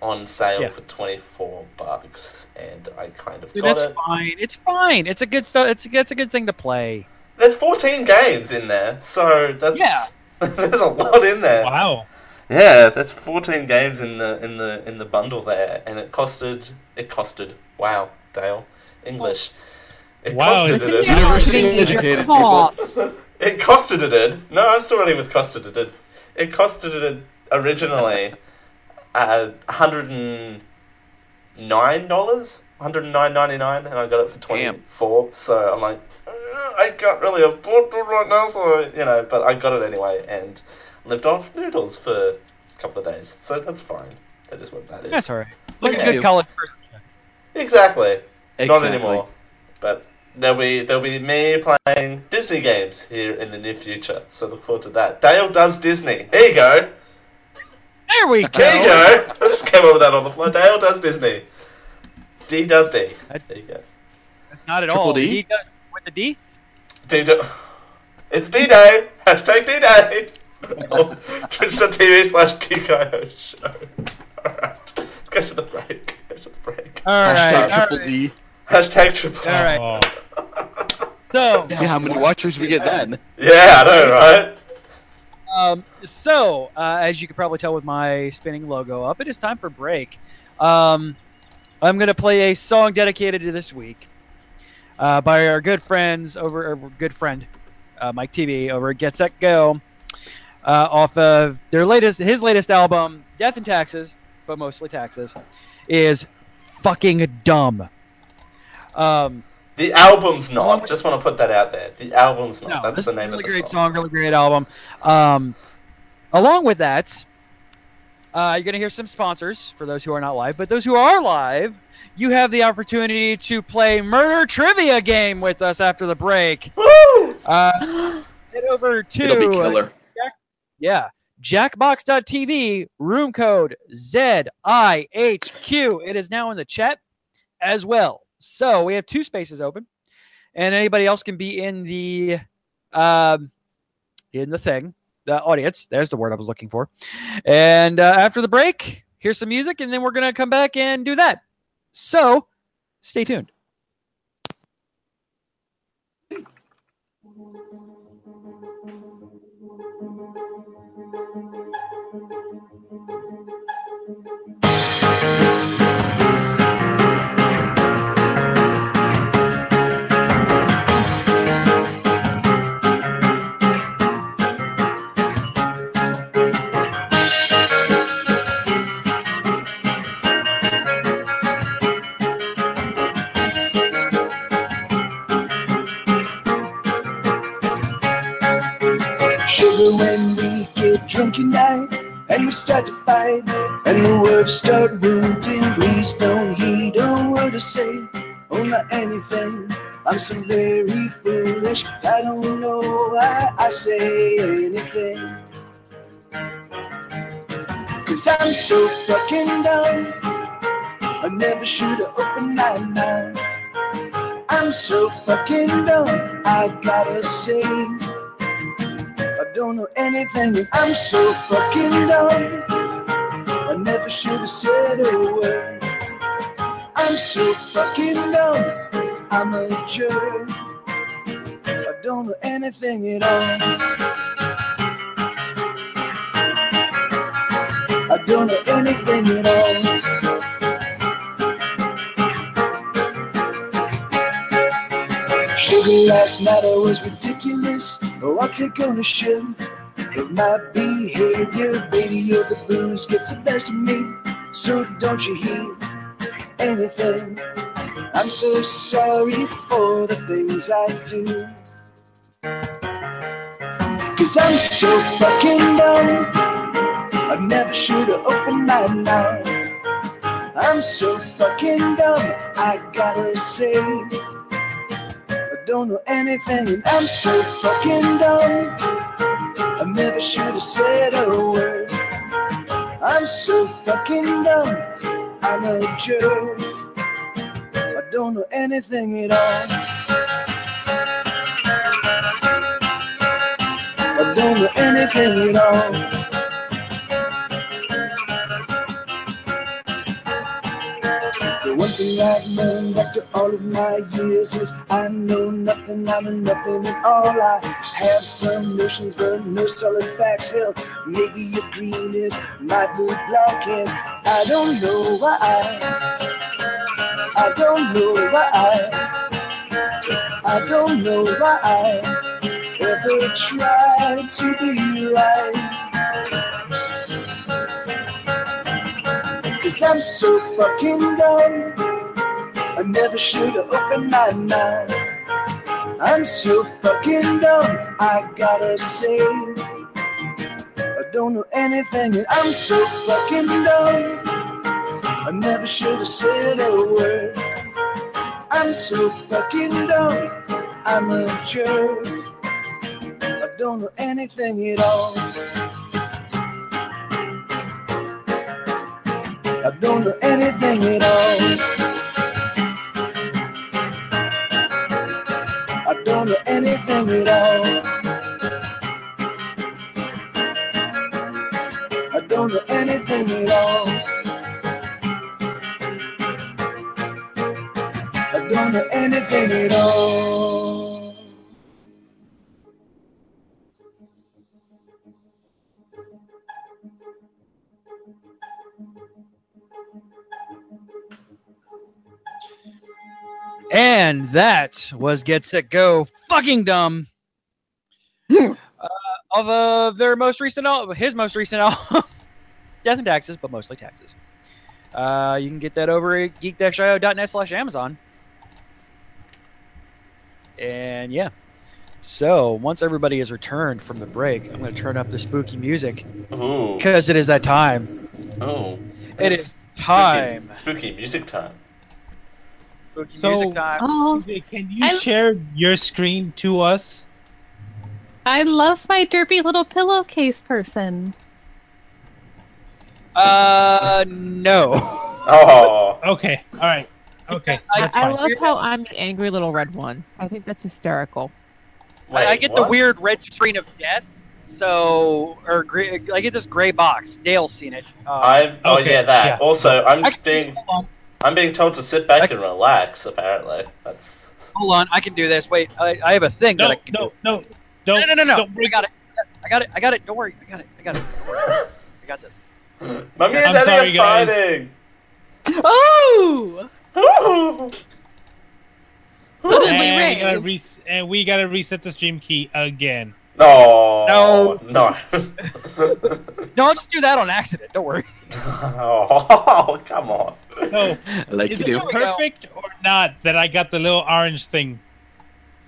G: on sale
E: Yeah.
G: for twenty four bucks, and I kind of
E: dude,
G: got
E: that's
G: it.
E: fine. It's fine. It's a good stuff. It's a, it's a good thing to play.
G: There's 14 games in there, so that's
E: Yeah.
G: there's a lot in there.
F: Wow.
G: Yeah, that's 14 games in the in the in the bundle there, and it costed it costed. Wow, Dale, English. It
F: Wow,
G: costed
F: listen
G: it.
J: to University how big is your educated people.
K: cost.
G: It costed it. it. No, I'm still running with costed it. it. It costed it originally uh, 190 nine dollars, one hundred nine ninety nine, and I got it for twenty four. So I'm like, "Uh, I can't really afford one right now, so you know. But I got it anyway, and lived off noodles for a couple of days. So that's fine. That is what that is.
E: That's all right.
G: Look
E: Look at
G: at
E: a good
G: you.
E: college person.
G: Exactly. Not
M: Exactly.
G: anymore. But there'll be there'll be me playing Disney games here in the near future. So look forward to that. Dale does Disney. There you go.
E: There we go.
G: There you go. I just came up with that on the fly. Dale does Disney. D does D. There you go.
E: That's not at
G: Triple
E: all.
G: D?
E: He does with the D.
G: D do- It's D Day. Hashtag D Day. Twitch.tv slash Kiko Show. Alright. Go to the break. Go to the break.
E: All right,
M: Hashtag
E: all right.
M: triple
J: E.
M: D.
G: Hashtag triple D.
E: All right. So
M: See how many watchers we get then.
G: Yeah, I know, right?
E: Um, so, uh, as you can probably tell with my spinning logo up, it is time for break. Um, I'm going to play a song dedicated to this week uh, by our good friends over, our good friend uh, Mike TV over at Get Set Go, uh, off of their latest, his latest album, Death and Taxes, but mostly taxes, is fucking dumb. Um,
G: The album's not. Just want to put that out there. The album's not. That's the name
E: really
G: of the
E: great
G: song.
E: song. really great album. Um, along with that, uh, you're going to hear some sponsors for those who are not live. But those who are live, you have the opportunity to play Murder Trivia Game with us after the break.
G: Woo!
E: Uh, head over to
M: It'll be killer.
E: yeah. Jackbox.tv, room code ZIHQ. It is now in the chat as well. So we have two spaces open, and anybody else can be in the um, in the thing, the audience. There's the word I was looking for. And uh, after the break, here's some music, and then we're gonna come back and do that. So stay tuned.
J: Sugar, when we get drunk at night and we start to fight and the words start wounding, please don't heed a word I say or not anything. I'm so very foolish, I don't know why I say anything. Cause I'm so fucking dumb, I never should have opened my mouth. I'm so fucking dumb, I gotta say I don't know anything and I'm so fucking dumb. I never should have said a word. I'm so fucking dumb. I'm a jerk. I don't know anything at all. I don't know anything at all. Sugar, last night I was ridiculous. Oh, I'll take ownership of my behavior. Baby, you're the booze gets the best of me. So don't you hear anything? I'm so sorry for the things I do. Cause I'm so fucking dumb. I never should have opened my mouth. I'm so fucking dumb. I gotta say. I don't know anything and I'm so fucking dumb. I never should have said a word. I'm so fucking dumb. I'm a jerk. I don't know anything at all. I don't know anything at all. The one thing I've learned after all of my years is I know nothing, I'm a nothing at all. I have some notions, but no solid facts. Hell, maybe your green is my blue black, and I don't know why. I don't know why. I don't know why I ever tried to be right.
N: Cause I'm so fucking dumb. I never should have opened my mind. I'm so fucking dumb, I gotta say. I don't know anything, and I'm so fucking dumb. I never should have said a word. I'm so fucking dumb, I'm a jerk. I don't know anything at all. I don't know anything at all. I don't know anything at all. I don't know anything at all. I don't know anything at all.
E: And that was Get Sick Go Fucking Dumb. uh, of uh, their most recent album, his most recent album, Death and Taxes, but mostly taxes. Uh, you can get that over at geek-io.net slash Amazon. And yeah. So once everybody has returned from the break, I'm going to turn up the spooky music.
G: Ooh.
E: Because it is that time.
G: Oh.
E: It is time.
G: Spooky, spooky music time.
E: Spooky
F: So-
E: music time.
K: Oh.
F: Can you share your screen to us?
I: I love my derpy little pillowcase person.
E: Uh, no.
G: Oh.
F: Okay. All right. Okay.
K: I,
F: that's
K: I
F: fine.
K: love how I'm the angry little red one. I think that's hysterical.
E: I- I get the weird red screen of death. So, or gray, I get this gray box. Dale's seen it. Uh,
G: I'm. oh
E: okay,
G: yeah, that.
E: yeah.
G: Also, I'm being. I'm being told to sit back and relax. Apparently, that's.
E: Hold on, I can do this. Wait, I, I have a thing that I can
F: no, do. No, no,
E: no, no, no, no. I got it. I got it. I got it. Don't worry. I got it. I got it. Don't worry. I got this.
G: Mummy
E: I'm
G: and Daddy
E: sorry,
G: are
E: guys.
G: fighting.
I: Oh!
G: Oh!
F: and, we gotta re- and we gotta reset the stream key again.
G: No.
E: No.
G: No.
E: No, I'll just do that on accident. Don't worry.
G: Oh, come on.
F: So,
J: Like
F: is
J: you
F: it
J: do.
F: perfect or not that I got the little orange thing?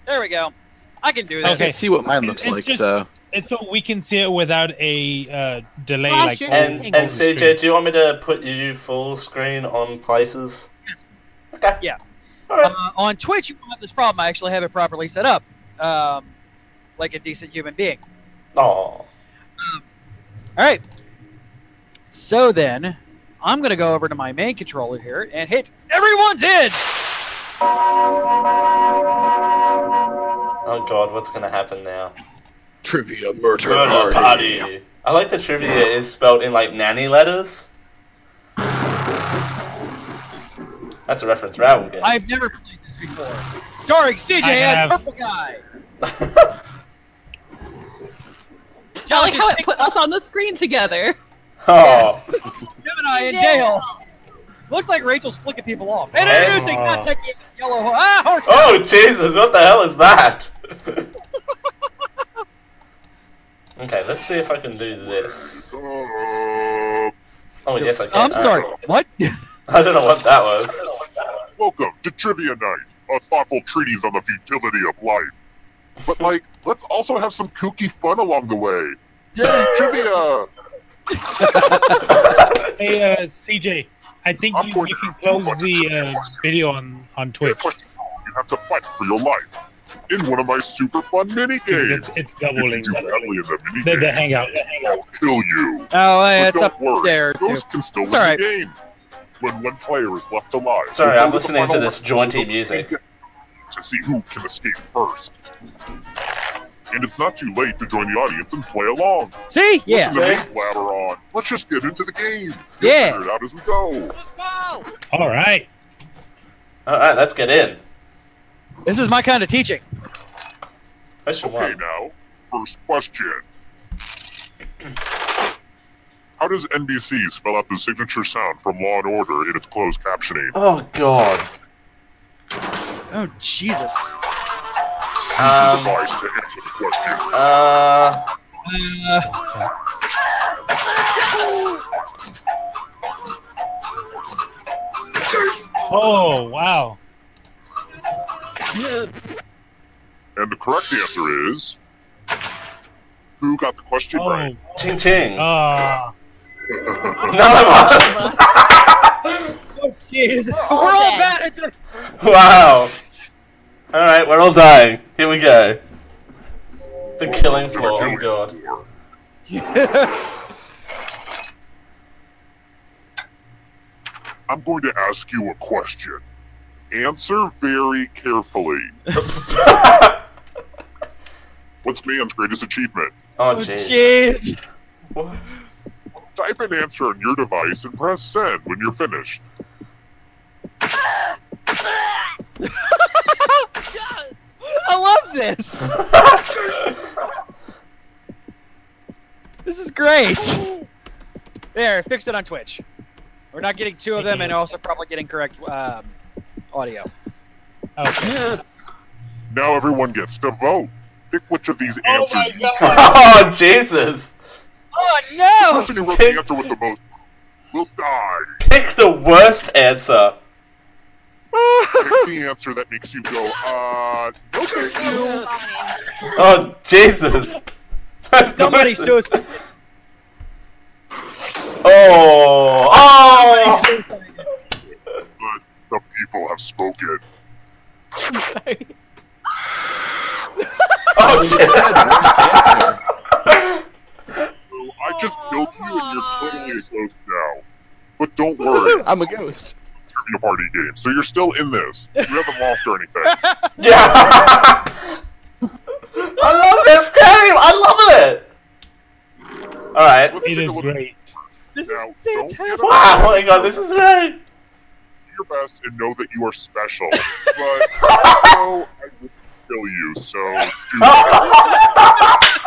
E: There we go. I can do
J: I
E: this.
J: can see what mine looks
F: It's
J: like,
F: just-
J: so
F: It's so we can see it without a uh, delay. like
G: and and CJ, do you want me to put you full screen on places?
E: Yeah. Uh, on Twitch, you won't have this problem. I actually have it properly set up, um, like a decent human being.
G: Oh.
E: All right. So then, I'm gonna go over to my main controller here and hit everyone's in.
G: Oh god, what's gonna happen now?
J: trivia murder,
G: Murder
J: party.
G: party. I like the trivia is spelled in like nanny letters. That's a reference Raoul gets.
E: I've never played this before. Starring CJ
G: I
E: as
G: have.
E: Purple Guy.
I: I like how it put us on the screen together.
G: Oh.
E: Gemini and
I: Yeah.
E: Dale. Looks like Rachel's flicking people off. And
G: Hey.
E: introducing
G: Oh.
E: not taking yellow. Ah, horse-
G: Oh Jesus! What the hell is that? okay, let's see if I can do this. Oh yes, I can.
E: I'm sorry. What? Oh,
G: I don't know what that was.
L: Welcome to Trivia Night, a thoughtful treatise on the futility of life. But, like, let's also have some kooky fun along the way. Yay, trivia!
F: Hey, uh, CJ, I think you, you can close the uh, video on, on Twitch.
L: You have to fight for your life in one of my super fun mini games.
F: It's, it's doubling.
L: If you do badly in that mini
F: The, the
L: game,
F: hangout.
L: I'll kill you.
E: Oh, hey,
L: but
E: it's
L: don't
E: up
L: worry,
E: there, too.
L: Ghost can still
E: It's
L: win
E: all right.
L: the game when one player is left alive.
G: Sorry,
L: We'll
G: I'm
L: go the
G: listening to
L: final
G: this
L: round
G: jaunty music.
L: To see who can escape first. And it's not too late to join the audience and play along.
E: See? Yeah.
L: Listen to me
E: See?
L: blabber on. Let's just get into the game. We'll
E: Yeah.
L: Figure it out as we go.
F: All right.
G: All right, let's get in.
E: This is my kind of teaching.
G: Question
L: okay, now, first question. How does NBC spell out the signature sound from Law and Order in its closed captioning?
G: Oh god.
E: Oh Jesus.
G: Um.
L: Device to answer the question.
G: Uh.
E: Uh,
F: Oh wow!
L: And the correct answer is. Who got the
F: Oh, uh,
L: question right?
G: Ching Ching.
F: Ah.
G: None of us.
E: Oh, Jesus. We're all bad at this.
G: Wow. All right, we're all dying. Here we go. The killing floor. Oh god.
L: I'm going to ask you a question. Answer very carefully. What's man's greatest achievement?
G: Oh,
E: jeez.
L: Type an answer on your device and press send when you're finished.
E: I love this. this is great. There, fixed it on Twitch. We're not getting two of them, and also probably getting correct um, audio.
F: Okay.
L: Now everyone gets to vote. Pick which of these answers. you
G: Oh Jesus.
E: Oh
L: The
E: no!
L: person who wrote the answer with the most will die.
G: Pick the worst answer.
L: Pick the answer that makes you go, uh, no thank you.
G: Oh Jesus. That's the
E: Somebody
G: worst-
E: suicide.
G: Oh. Oh.
L: But the people have spoken.
G: Oh shit.
L: So I just killed you and you're totally a ghost now. But don't worry,
J: I'm a ghost.
L: trivia party game. So you're still in this. You haven't lost or anything.
G: Yeah. I love this game. I love it. All right.
L: Let's
F: It
L: take a
F: is
L: look
F: great.
E: This is
L: now. Don't get
E: fantastic.
G: Wow. Oh my god. This is great.
L: do your best and know that you are special. But also, I would kill you, so do that.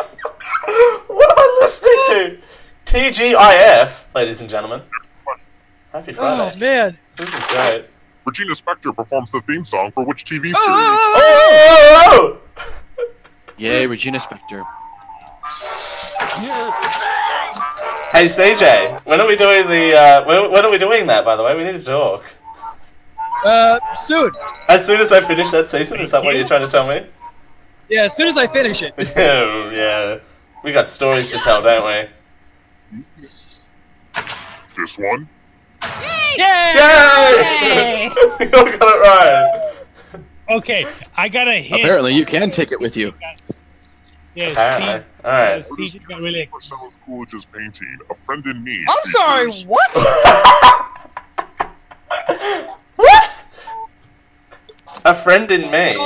G: What am I listening to? TGIF, ladies and gentlemen. Happy
E: Oh
G: Friday.
E: man.
G: This is great.
L: Regina Spector performs the theme song for which TV series?
E: oh,
G: Oh!
J: Yay, Regina Spector.
G: Hey CJ, when are we doing the? Uh, when, when are we doing that? By the way, we need to talk
E: Uh, soon.
G: as soon as I finish that season. Is that what
F: you.
G: you're trying to tell me?
E: Yeah, as soon as I finish it.
G: Oh, yeah, we got stories to tell, don't we?
L: This one?
G: Yay! we all got it right.
F: Okay, I got a hint.
J: Apparently, you can take it with you.
F: Yeah,
G: Apparently.
F: see,
G: All
F: uh,
G: right.
F: CJ got really.
L: Marcellus Coolidge's painting, A Friend in Need.
E: I'm sorry.
L: features-
E: What?
G: What? A friend in me.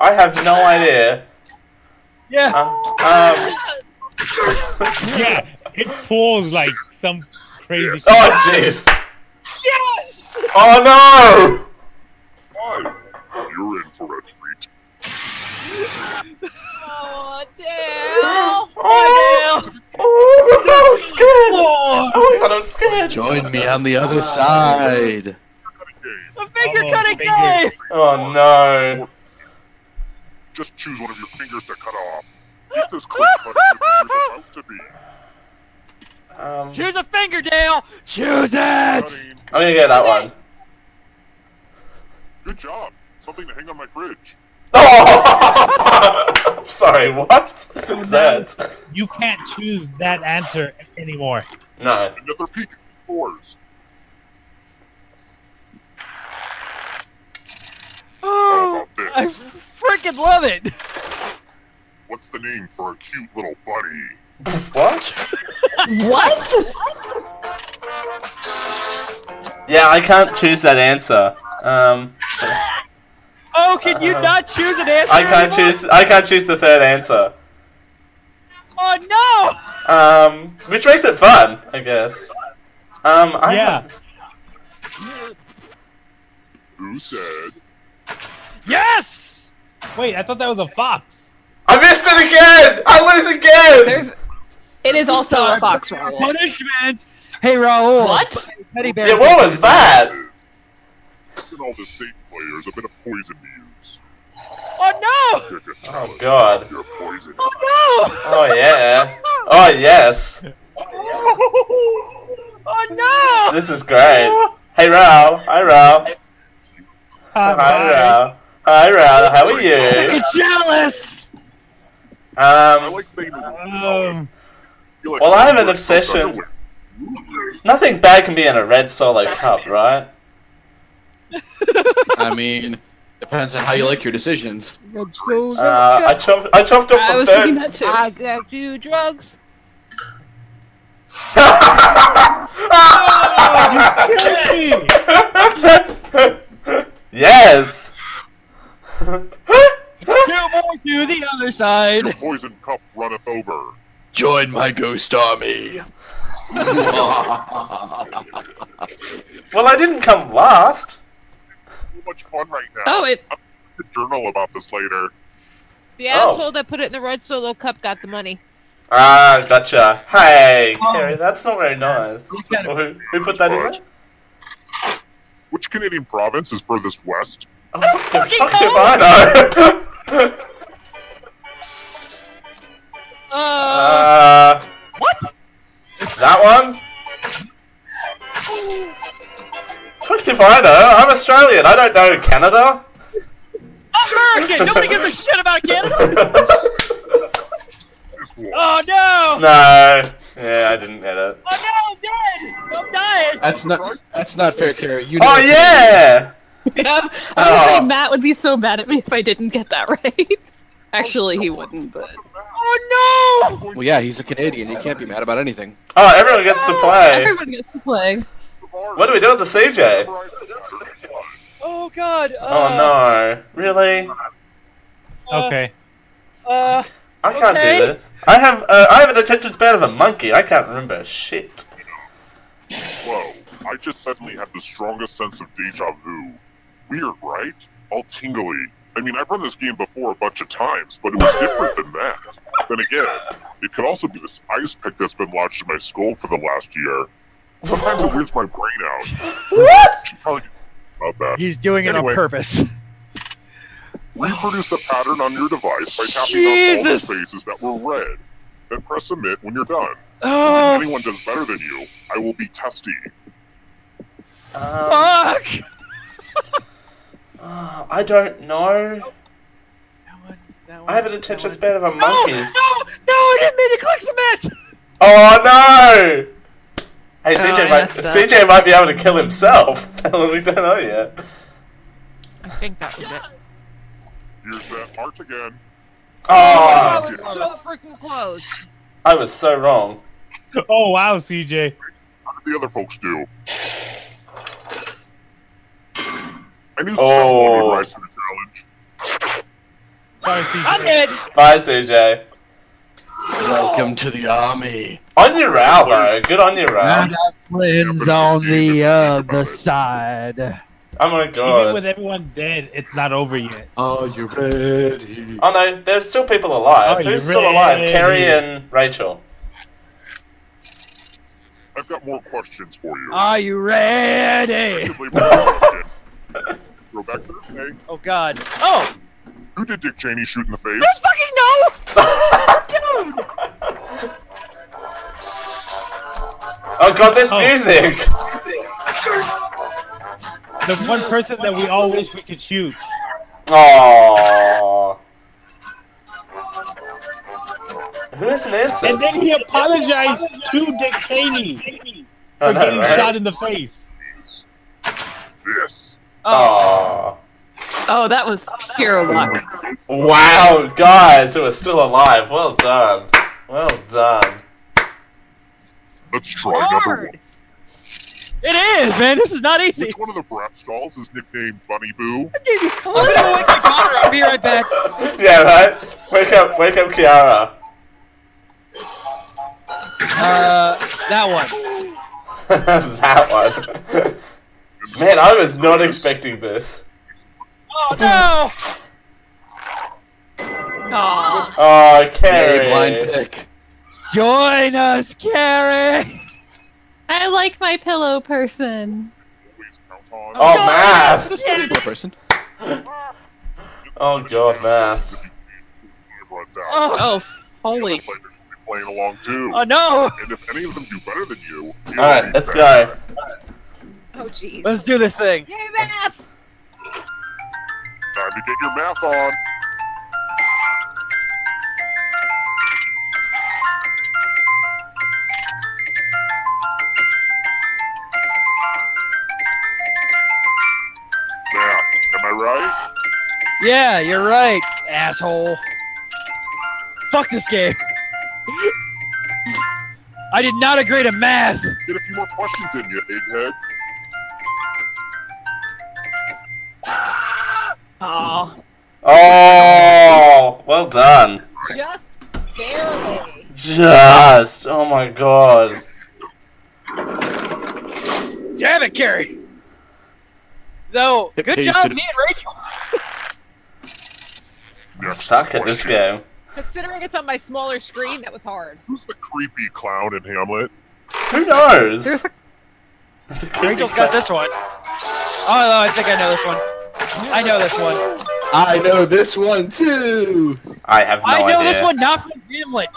G: I have no idea.
E: Yeah.
G: Uh, um,
F: Yeah, it pulls like some crazy.
G: Oh jeez.
E: Yes.
G: Oh no!
L: You're in for a treat.
K: Oh, damn.
E: Oh, Dale.
G: Oh, no, I'm scared!
E: Oh,
G: Oh my god, I'm scared!
J: Join me on the other side.
L: Game.
E: a finger
F: Oh,
E: cutting game.
F: fingers.
G: Oh no!
L: Just choose one of your fingers to cut off. It's as close as your fingers are about to be.
G: Um, I'm
E: Choose a finger, Dale. Choose it.
L: Cutting.
G: gonna get that one.
L: Good job. Something to hang on my fridge.
G: Oh! Sorry, what? What was that?
F: You can't choose that answer anymore.
G: No.
L: Another peek at the scores.
E: Oh, I freaking love it.
L: What's the name for a cute little bunny?
G: What?
I: What?
G: Yeah, I can't choose that answer. Um,
E: Oh, can you not choose an answer?
G: I can't
E: anymore?
G: choose. I can't choose the third answer.
E: Oh no.
G: Um, which makes it fun, I guess. Um, I
F: Yeah.
G: have-
L: Who said?
E: Yes.
F: Wait, I thought that was a fox.
G: I missed it again. I lose again.
I: There's. It is also a fox roll.
E: Punishment. Hey, Raul.
I: What?
E: Teddy bear.
G: Yeah, what was that?
L: Look at all the safe players, a bit of poison to use.
E: Oh no.
L: Pick a
G: Oh
L: talent.
G: god.
L: You're poison.
E: Oh
G: Oh yeah. Oh yes.
E: no. Oh no.
G: This is great. Hey, Rao. Hi, Rao. Hi, Rao. Hi, Rao. How are you?
E: You're jealous.
G: Um,
F: Um,
G: well, I have an obsession. Nothing bad can be in a red solo cup, right?
J: I mean, depends on how you like your decisions.
K: Red soda.
J: Uh, I chopped- I chopped up I the was thinking bird. that
G: Ah.
K: I
J: too.
K: got you drugs.
F: Uh,
G: Yes.
E: to the other side.
L: Your poison cup runneth over.
J: Join my ghost army.
G: Well, I didn't come last.
L: So much fun right now.
K: Oh, it-
L: I'm going to journal about this later.
K: The
G: Oh.
K: asshole that put it in the red solo cup got the money.
G: Ah, gotcha. Hey,
K: Oh.
G: Kerry, that's not very
E: Uh,
G: nice. Who, who put that in there?
L: Which Canadian province is furthest west?
G: The Oh, fuck do I know? Uh,
E: what?
G: That one? Fuck if I know. I'm Australian. I don't know Canada.
E: American. Nobody gives a shit about Canada. oh no!
G: No. Yeah, I didn't edit.
E: Oh no! I'm dead. I'm dying.
J: That's not that's not fair, Carrie. You
G: Oh yeah.
I: Yeah, I
J: Ah.
I: was like, Matt would be so mad at me if I didn't get that right. Actually, he wouldn't, but.
E: Oh no!
J: Well, yeah, he's a Canadian. He can't be mad about anything.
G: Oh, everyone gets to play.
I: Everyone gets to play.
G: What do we do with the CJ?
E: Oh god.
G: Oh
E: Uh,
G: no. Really?
F: Okay.
E: Uh,
G: I can't do this. I have uh, I have an attention span of a monkey. I can't remember shit.
L: Whoa, I just suddenly had the strongest sense of deja vu. Weird, right? All tingly. I mean, I've run this game before a bunch of times, but it was different than that. Then again, it could also be this ice pick that's been lodged in my skull for the last year. Sometimes it weirds my brain out.
E: What?
L: Should probably do about that.
E: He's doing it
L: Anyway.
E: on purpose.
L: Reproduce the pattern on your device by tapping on all the
E: Jesus.
L: spaces that were red. Then press submit when you're done.
E: Oh.
L: If anyone does better than you, I will be testy.
E: Fuck!
G: Uh, Um, I don't know. I have an attention span of a monkey.
E: No, I didn't mean to click submit.
G: Oh no! Hey, CJ,
E: Oh, I
G: might,
E: messed up.
G: CJ might be able to kill himself. we don't know yet.
K: I think that was it.
L: Here's that part again.
G: Oh,
K: that was so freaking close.
G: I was so wrong.
F: Oh wow, CJ.
L: How did the other folks do? I knew someone would
G: Oh,
L: rise to the challenge.
F: Sorry, CJ.
E: I'm dead.
G: bye, CJ.
J: Welcome to the army.
G: On your row, though. Good on your row.
E: Lynn's on the other side.
G: Oh my
F: Even
G: god.
F: with everyone dead, it's not over yet.
J: Are you ready?
G: Oh no, there's still people alive.
F: Are Oh, you
G: Who's still alive?
F: ready?
G: Carrie and Rachel.
L: I've got more questions for you.
E: Are you ready?
L: Actively more question. Go back to the day.
E: Oh god. Oh,
L: Who did Dick Cheney shoot in the face?
E: there's fucking no. Dude.
G: Oh god, there's music.
F: The one person that we all wish we could shoot.
G: Oh. Who is an answer?
F: And then he apologized to Dick Cheney
G: I
F: for
G: know,
F: getting
G: right?
F: shot in the face.
L: This.
G: Oh.
I: Oh, that was pure luck.
G: Wow, guys who are still alive. Well done. Well done.
L: Let's try another one.
E: It is, man. This is not easy.
L: Which one of the Bratz dolls is nicknamed Bunny Boo?
E: I'm gonna wake my daughter. I'll be right back.
G: Yeah, right? Wake up, wake up, Kiara.
E: Uh, that one.
G: that one. Man, I was not expecting this.
E: Oh no.
I: Aw.
G: Oh, Carrie.
J: Yay, blind pick.
E: Join us, Carrie.
I: I like my pillow person.
L: Always count on.
G: Oh, math.
J: That's pretty cool person.
G: Oh, God, math.
L: Runs out.
I: Oh, holy.
L: Players will be playing along too.
E: Oh no.
L: And if any of them do better than you, you'll be
G: Alright, let's
L: better.
G: go.
K: Oh, jeez.
E: Let's do this thing.
K: Yay, math!
L: Time to get your math on. Math. Am I right?
E: Yeah, you're right, asshole. Fuck this game. I did not agree to math.
L: Get a few more questions in you, egghead.
I: Aw.
G: Oh, well done.
K: Just barely.
G: Just. Oh my god.
E: Damn it, Carrie. Though, good job,
G: pasted.
E: me and Rachel.
G: I suck at this game.
K: Considering it's on my smaller screen, that was hard.
L: Creepy clown in Hamlet.
G: Who knows?
K: There's
E: Rachel's got this one. Oh, no, I think I know this one. I know this one.
J: I know this one too.
G: I have no
E: I know
G: idea.
E: this one not from Gimlet.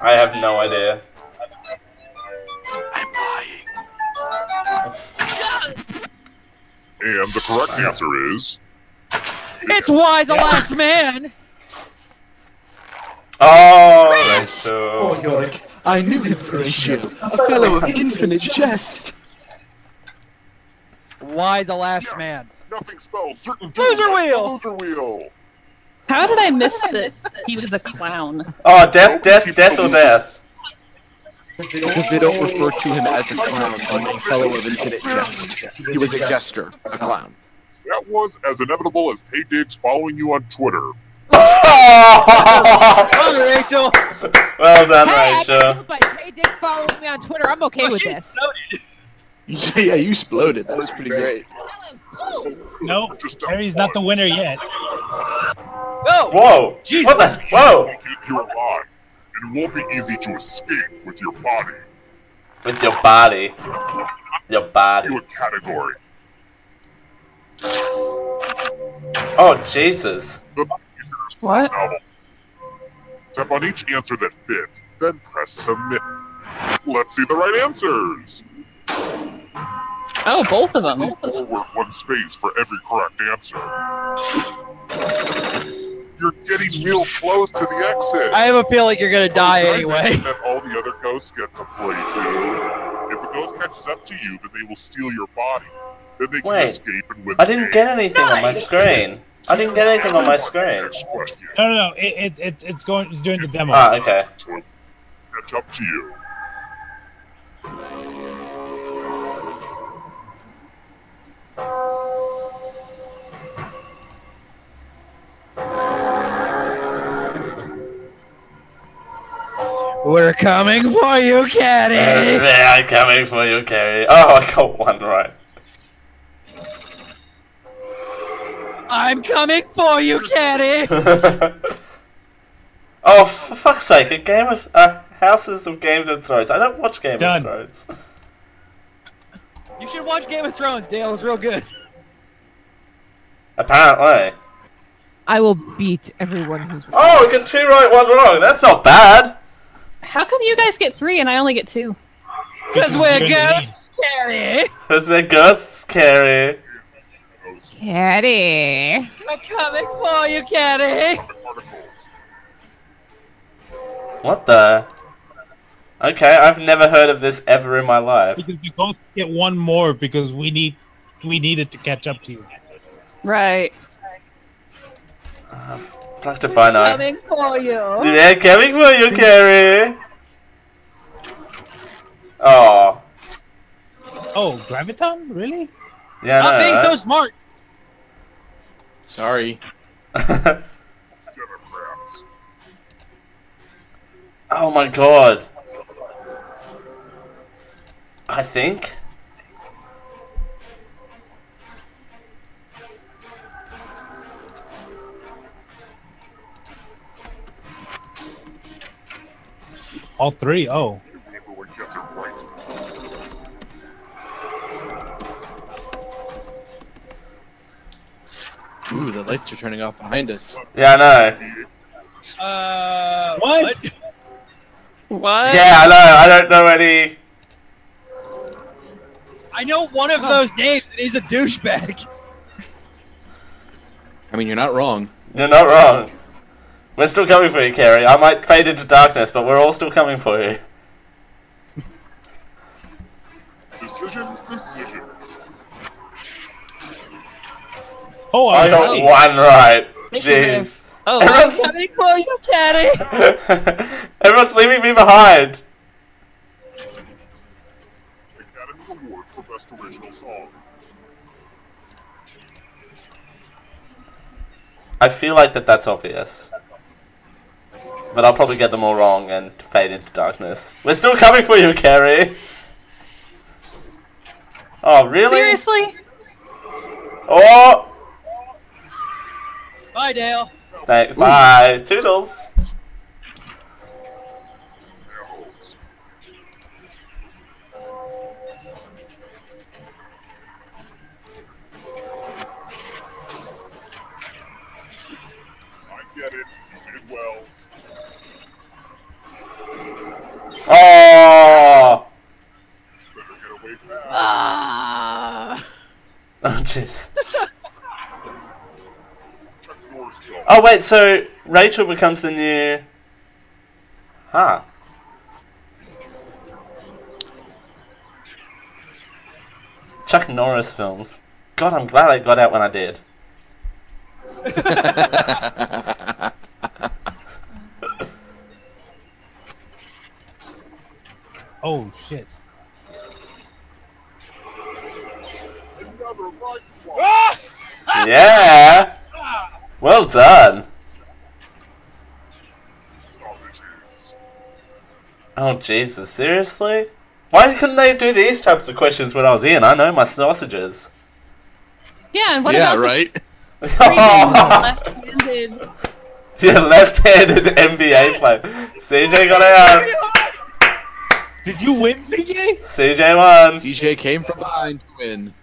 G: I have no idea.
L: And the correct answer is.
E: It's Why the Last Man.
G: Oh,
J: Chris! Oh, Yorick, I knew you were a ship, a fellow of infinite jest.
E: Why the Last Man.
L: Nothing spells certain
E: Loser wheel.
L: Loser wheel.
I: How did I miss this? He was a clown.
G: Oh, death, death, death, or death.
J: Because they don't refer to him as a clown, but a fellow of infinite jest. He was a jester, a clown.
L: That was as inevitable as Pay Diggs following you on Twitter.
E: Well, Rachel.
G: Well done,
K: Hey, I got
G: Rachel.
K: killed by Tay Diggs following me on Twitter. I'm
E: Oh,
K: okay with this.
J: yeah, you exploded. That was pretty great.
F: No, Carrie's not the winner yet.
E: No.
G: Whoa! What the? Whoa!
L: You're alive. It won't be easy to escape with your body.
G: With your body. Your body.
L: You a category.
G: Oh, Jesus.
I: What?
L: Novel. Tap on each answer that fits, then press submit. Let's see the right answers.
I: Oh, both of them.
L: Forward one space for every correct answer. You're getting real close to the exit.
E: I have a feeling you're gonna die anyway.
L: And then all the other ghosts get to play too. If a ghost catches up to you, then they will steal your body. Then they can
G: Wait.
L: escape and win.
G: I didn't get anything on my screen. I didn't get anything on my screen.
F: No, no, no. It, it, it, it's going. It's during the demo.
G: Ah, okay.
L: Catch up to you.
E: We're coming for you, Caddy.
G: Yeah, I'm coming for you, Carrie. Oh, I got one right.
E: I'm coming for you, Caddy.
G: Oh, for fuck's sake, a game of uh, Houses of Games of Thrones. I don't watch Game of Thrones.
E: You should watch Game of Thrones, Dale. It's real good.
G: Apparently.
K: I will beat everyone who's.
G: Oh, we got two right, one wrong. That's not bad.
I: How come you guys get three and I only get two?
E: Because we're ghosts, Caddy.
G: That's a ghost, Carrie.
K: Caddy.
E: I'm coming for you, Caddy.
G: What the? Okay, I've never heard of this ever in my life.
F: Because you both get one more because we need we need it to catch up to you.
I: Right.
G: I'd Ah, to find out.
E: Coming for you.
G: They're coming for you, Carrie. Oh,
F: Oh, graviton, really?
G: yeah. I
E: Stop
G: know,
E: being
G: right?
E: so smart.
J: Sorry.
G: Oh my god. I think.
F: All three. Oh,
L: Paperwork gets it right.
J: Ooh, the lights are turning off behind us.
G: Yeah, I know.
E: Uh,
F: what?
I: What?
G: Yeah, I know. I don't know any.
E: I know one of those names, and he's a douchebag.
J: I mean, you're not wrong.
G: You're not wrong. We're still coming for you, Carrie. I might fade into darkness, but we're all still coming for you.
L: Decisions, decisions.
F: Oh,
G: I got
F: really?
G: one right. Jeez.
I: Oh,
G: Everyone's,
I: I'm coming for you, Caddy.
G: everyone's leaving me behind.
L: Academy Award for Best Original Song.
G: I feel like that that's obvious. But I'll probably get them all wrong and fade into darkness. We're still coming for you, Carrie. Oh, really?
I: Seriously?
G: Oh,
E: Bye, Dale.
G: thank- bye. Toodles.
L: I get it. You did well.
G: Oh.
L: Better get away fast.
I: Ah.
G: Oh, jeez.
L: Check doors, go.
G: Oh, wait, so Rachel becomes the new. Huh. Chuck Norris films. God, I'm glad I got out when I did.
F: Oh shit!
L: Another right swap.
G: Ah! yeah! Well done.
L: Sausages.
G: Oh, Jesus, seriously? Why couldn't they do these types of questions when I was in? I know my sausages.
I: Yeah, and what
J: yeah,
I: about
J: right?
I: the left-handed?
G: Your left-handed NBA player. CJ got out.
F: Did you win, CJ?
G: CJ won.
J: CJ came from behind to win.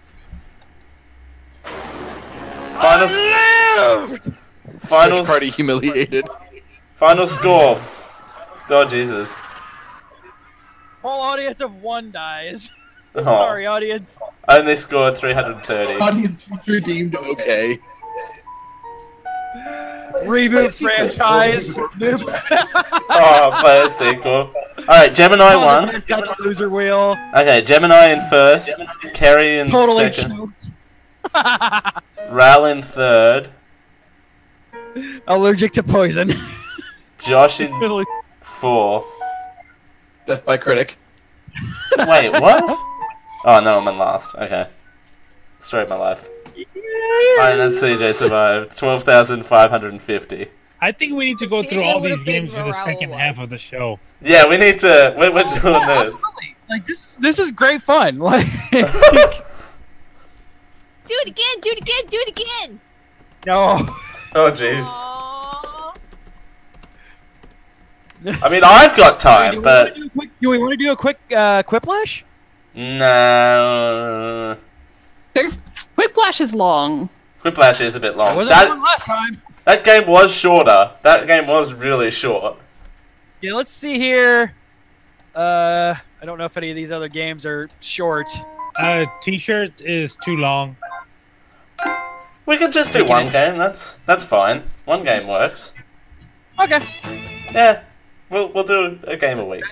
G: Final,
J: Search
G: final,
J: party humiliated.
G: final score. Oh Jesus.
E: Whole audience of one dies.
G: Oh,
E: Sorry, audience.
G: Only scored 330.
J: Audience redeemed. Okay.
E: Reboot franchise. New
G: Oh, play a sequel. Alright, Gemini won.
E: Got the loser wheel.
G: Okay, Gemini in first. Kerry in
E: Totally
G: second.
E: choked.
G: Ral in third.
E: Allergic to poison.
G: Josh in
E: Really?
G: fourth.
J: Death by critic.
G: Wait, what? Oh no, I'm in last. Okay. Story of my life. Fine, and CJ survived. 12,550.
F: I think we need to go
K: CJ
F: through all
K: would've
F: these
K: been
F: games for the
K: morale
F: second
K: wise.
F: half of the show.
G: Yeah, we need to. We're, we're doing
E: Yeah,
G: this.
E: absolutely. Like this, this is great fun. Like,
K: Do it again, do it again, do it again.
E: no,
G: Oh, jeez.
K: Aww.
G: I mean, I've got
E: do,
G: time,
E: we
G: but.
E: wanna do, a quick, do we want to do a quick uh, quiplash?
G: No.
I: There's Whiplash is long.
G: Whiplash is a bit
E: I
G: long.
E: wasn't that...
G: Oh, That,
E: last time.
G: that game was shorter. That game was really short.
E: Yeah, let's see here. Uh, I don't know if any of these other games are short.
F: Uh, t-shirt is too long.
G: We could just do one game. That's that's fine. One game works.
E: Okay.
G: Yeah, we'll we'll do a game a week.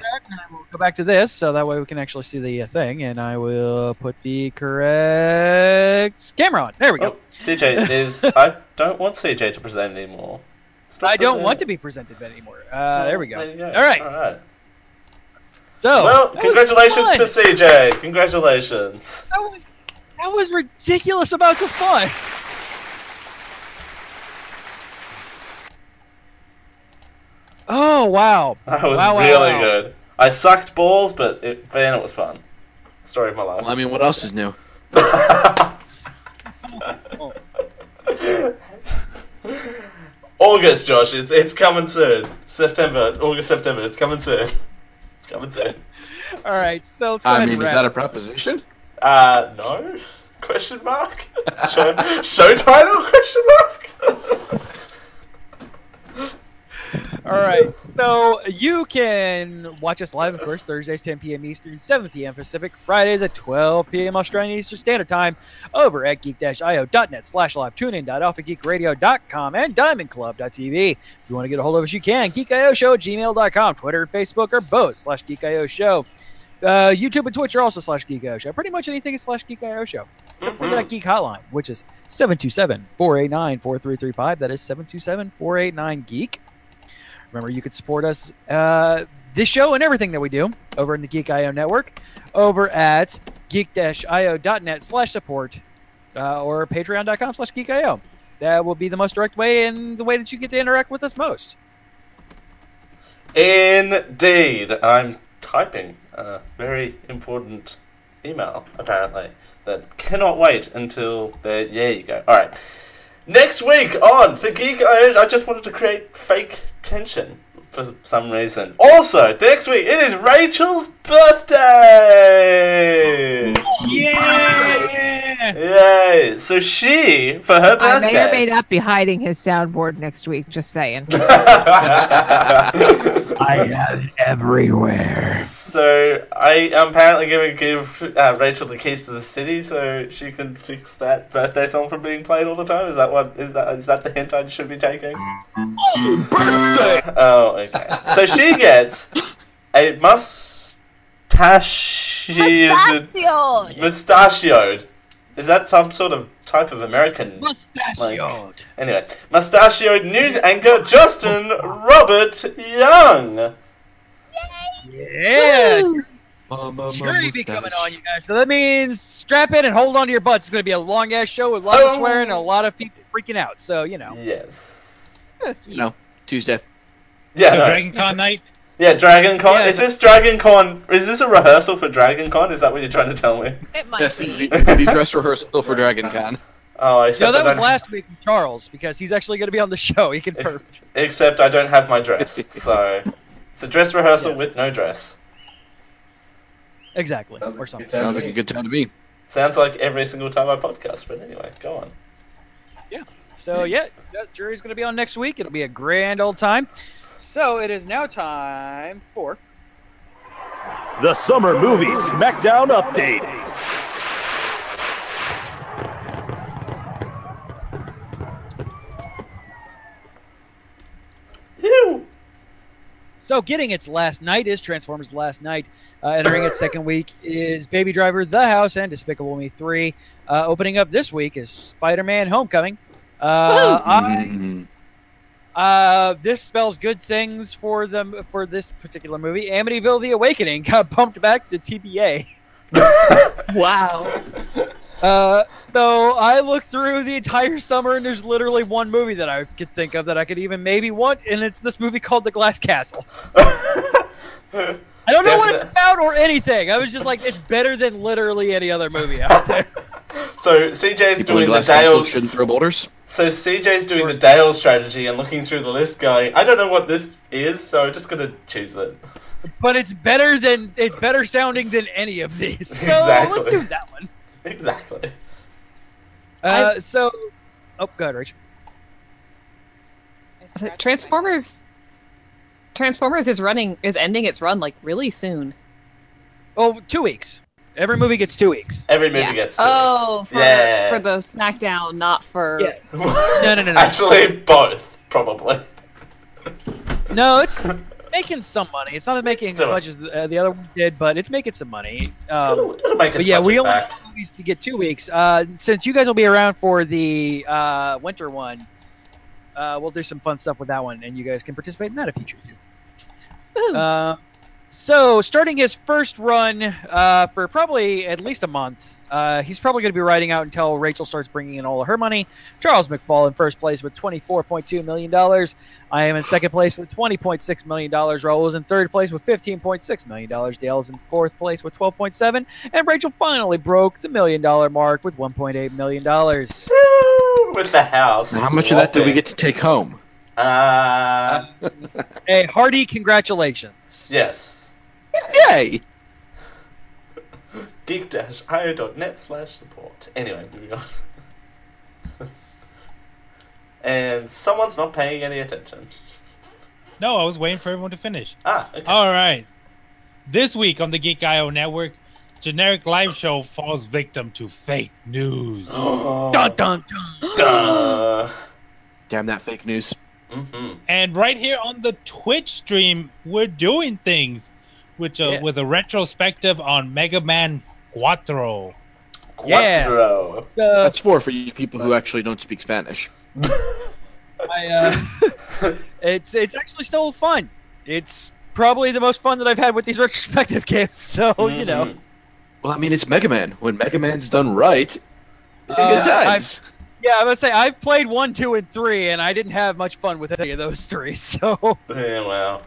E: We'll go back to this, so that way we can actually see the uh, thing, and I will put the correct camera on. There we go.
G: Oh, CJ is. I don't want CJ to present anymore. Stop
E: I don't
G: presenting.
E: want to be presented anymore. Uh, there we go.
G: you
E: All right.
G: All right.
E: So,
G: well,
E: that was
G: congratulations
E: fun.
G: to CJ. Congratulations.
E: That was, that was ridiculous amounts of fun. Oh wow!
G: That was
E: Wow, wow,
G: really
E: wow.
G: good. I sucked balls, but it, man, it was fun. Story of my life.
J: Well, I mean, what else is new?
G: August, Josh. It's it's coming soon. September, August, September. It's coming soon. It's coming soon.
E: All right, so let's go
J: I
E: ahead
J: mean,
E: and
J: is
E: wrap.
J: that a proposition?
G: Uh, no? Question mark? Show, show title? Question mark?
E: All All right. So you can watch us live, of course, Thursdays 10 p.m. Eastern, 7 p.m. Pacific, Fridays at 12 p.m. Australian Eastern Standard Time over at geek-io.net slash live, tunein.alphageekradio.com, and diamondclub.tv. If you want to get a hold of us, you can. Geek.io show at gmail.com. Twitter and Facebook are both slash geek.io show. Uh, YouTube and Twitch are also slash geek.io show. Pretty much anything is slash geek.io show. Except for that geek hotline, which is 727-489-4335. That is 727-489-GEEK. Remember, you can support us, uh, this show and everything that we do over in the Geek IO network over at geek-io.net slash support uh, or patreon.com slash geek.io. That will be the most direct way and the way that you get to interact with us most.
G: Indeed, I'm typing a very important email, apparently, that cannot wait until the. Yeah, you go. Alright. Next week on The Geek I, I just wanted to create fake tension for some reason. Also, next week, it is Rachel's birthday!
F: Yeah!
G: Yay! So she, for her birthday.
K: I may or may not be hiding his soundboard next week. Just saying.
A: I am everywhere.
G: So I am apparently going to give uh, Rachel the keys to the city, so she can fix that birthday song from being played all the time. Is that what? Is that is that the hint I should be taking? Oh, okay. So she gets a mustachioed
D: Mustachioed.
G: mustachioed. Is that some sort of type of American?
E: Mustachioed.
G: Anyway, mustachioed news anchor Justin Robert Young.
E: Yeah.
J: Mama,
E: Sure, you be coming on, you guys. So that means strap in and hold on to your butts. It's going to be a long ass show with a lot of
G: Oh.
E: swearing and a lot of people freaking out. So you know.
G: Yes.
J: No, Tuesday.
G: Yeah.
F: So
G: no.
F: Dragon Con night.
G: Yeah, Dragon Con.
F: Yeah.
G: Is this Dragon Con? Is this a rehearsal for Dragon Con? Is that what you're trying to tell me?
K: It might
J: Yes,
K: be.
J: the, the dress rehearsal for Dragon Con.
G: Oh,
E: No,
G: except
E: that
G: I
E: was
G: don't,
E: last week from Charles because he's actually going to be on the show. He confirmed.
G: except I don't have my dress, so it's a dress rehearsal with no dress.
E: exactly, or something.
J: Sounds like a good time to me.
G: Sounds like every single time I podcast, but anyway, go on.
E: So yeah, that jury's going to be on next week. It'll be a grand old time. So it is now time for
O: The Summer Movie SmackDown Update.
E: So, getting its last night is Transformers Last Night. Uh, entering its second week is Baby Driver, The House, and Despicable Me 3. Uh, opening up this week is Spider Man Homecoming. Uh, I,
J: Mm-hmm.
E: uh, this spells good things for them for this particular movie. Amityville: The Awakening got bumped back to TBA.
I: Wow.
E: Uh, so I looked through the entire summer, and there's literally one movie that I could think of that I could even maybe want, and it's this movie called The Glass Castle. I don't know what it's
G: Definite-
E: about or anything. I was just like, it's better than literally any other movie out there.
G: So CJ's
J: People in
G: doing the
J: glass castles
G: Dale.
J: shouldn't throw boulders.
G: So CJ's doing the Dale strategy and looking through the list, going, I don't know what this is, so I'm just gonna choose it.
E: But it's better than it's better sounding than any of these. So let's
G: Exactly.
E: do that one.
G: Exactly.
E: Uh, so, oh, go ahead, Rachel.
I: Transformers. Transformers is running is ending its run like really soon.
E: Oh, two weeks. Every movie gets two weeks.
G: Every movie
I: Yeah.
G: gets.
I: Oh, for,
G: Yeah.
I: for the SmackDown, not for.
E: Yeah. No, no, no, no.
G: Actually, both probably.
E: No, it's making some money. It's not making as
G: Still.
E: much as uh, the other one did, but it's making some money. Um,
G: It'll make
E: but
G: its
E: yeah, we
G: budget
E: only
G: back.
E: have movies to get two weeks. Uh, since you guys will be around for the uh, winter one, uh, we'll do some fun stuff with that one, and you guys can participate in that if you choose to. Uh, so, starting his first run uh, for probably at least a month, uh, he's probably going to be riding out until Rachel starts bringing in all of her money. Charles McFall in first place with $24.2 million. I am in second place with $20.6 million. Raul is in third place with $15.6 million. Dale's in fourth place with 12.7 And Rachel finally broke the million dollar mark with $1.8 million.
G: with the house.
J: How much of that did we get to take home?
G: Uh,
E: A hearty congratulations.
G: yes.
J: Yay!
G: geek-io.net slash support. Anyway, moving on. and someone's not paying any attention.
F: No, I was waiting for everyone to finish.
G: Ah,
F: All right. This week on the Geek IO network, generic live show falls victim to fake news.
E: Oh.
G: Uh,
J: Dun,
F: dun, dun,
J: Damn that fake news.
G: Mm-hmm.
F: And right here on the Twitch stream, we're doing things which uh, with a retrospective on Mega Man Cuatro.
G: Quattro.
J: That's four for you people who actually don't speak Spanish.
E: I, uh, it's it's actually still fun. It's probably the most fun that I've had with these retrospective games. So you
G: Mm-hmm.
E: know,
J: Well, I mean, it's Mega Man. When Mega Man's done right, it's
E: Uh,
J: good times.
E: yeah, I'm gonna say I've played one, two, and three, and I didn't have much fun with any of those three. So
G: Mm-hmm. Yeah, wow.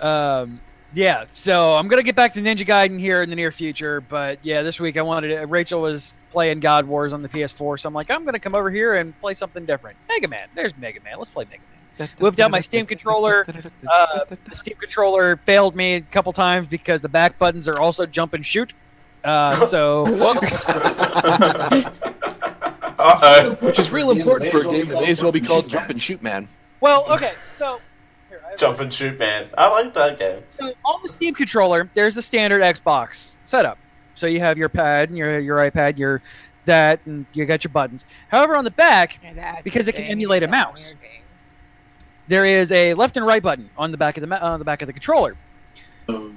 E: um, yeah, so I'm gonna get back to Ninja Gaiden here in the near future. But yeah, this week I wanted to, Rachel was playing God Wars on the PS4, so I'm like, I'm gonna come over here and play something different. Mega Man. There's Mega Man. Let's play Mega Man. Whipped out my Steam controller. Uh, the Steam controller failed me a couple times because the back buttons are also jump and shoot. Uh, so whoops.
J: Which is real important for a game that may as well be called Jump and Shoot Man.
E: well, okay. So
G: Jump and shoot, man. I like that game.
E: So on the Steam controller, there's the standard Xbox setup. So you have your pad and your your iPad, your that, and you got your buttons. However, on the back, because it can emulate a mouse, there is a left and right button on the back of the ma- on the back of the controller.
J: Oh,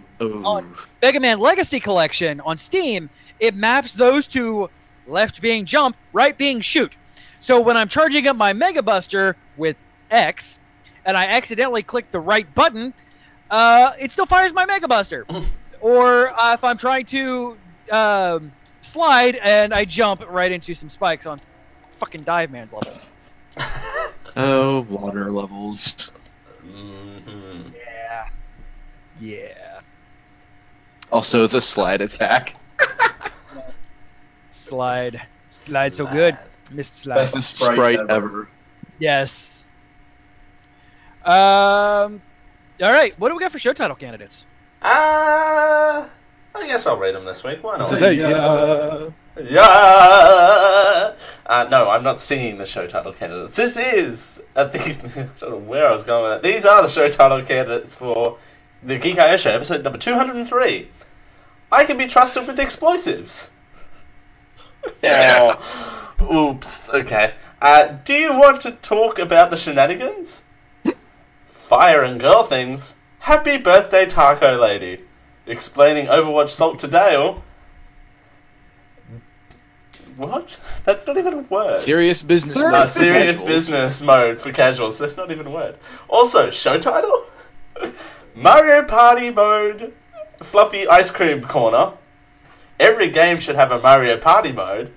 E: On Mega Man Legacy Collection on Steam, it maps those to left being jump, right being shoot. So when I'm charging up my Mega Buster with X, and I accidentally click the right button, uh, it still fires my Mega Buster. or uh, if I'm trying to um, slide and I jump right into some spikes on fucking Dive Man's level.
J: Oh, water levels.
E: Mm-hmm. Yeah. Yeah.
J: Also, the slide attack.
E: Slide. Slide so good. Missed slide.
J: Best sprite ever.
E: Yes. Um. All right. What do we got for show title candidates?
G: Ah. I guess I'll read them this week. Why not?
J: yeah.
G: Yeah. Uh, no, I'm not singing the show title candidates. This is. I, think, I don't know where I was going with that. These are the show title candidates for the Geek IO Show, episode number 203. I can be trusted with explosives. Yeah. Oops. Okay. Uh, do you want to talk about the shenanigans? Fire and girl things. Happy birthday, Taco Lady. Explaining Overwatch Salt to Dale. What? That's not even a word.
J: Serious business.
G: No,
J: mode.
G: Uh, serious business mode for casuals. That's not even a word. Also, show title? Mario Party mode. Fluffy ice cream corner. Every game should have a Mario Party mode.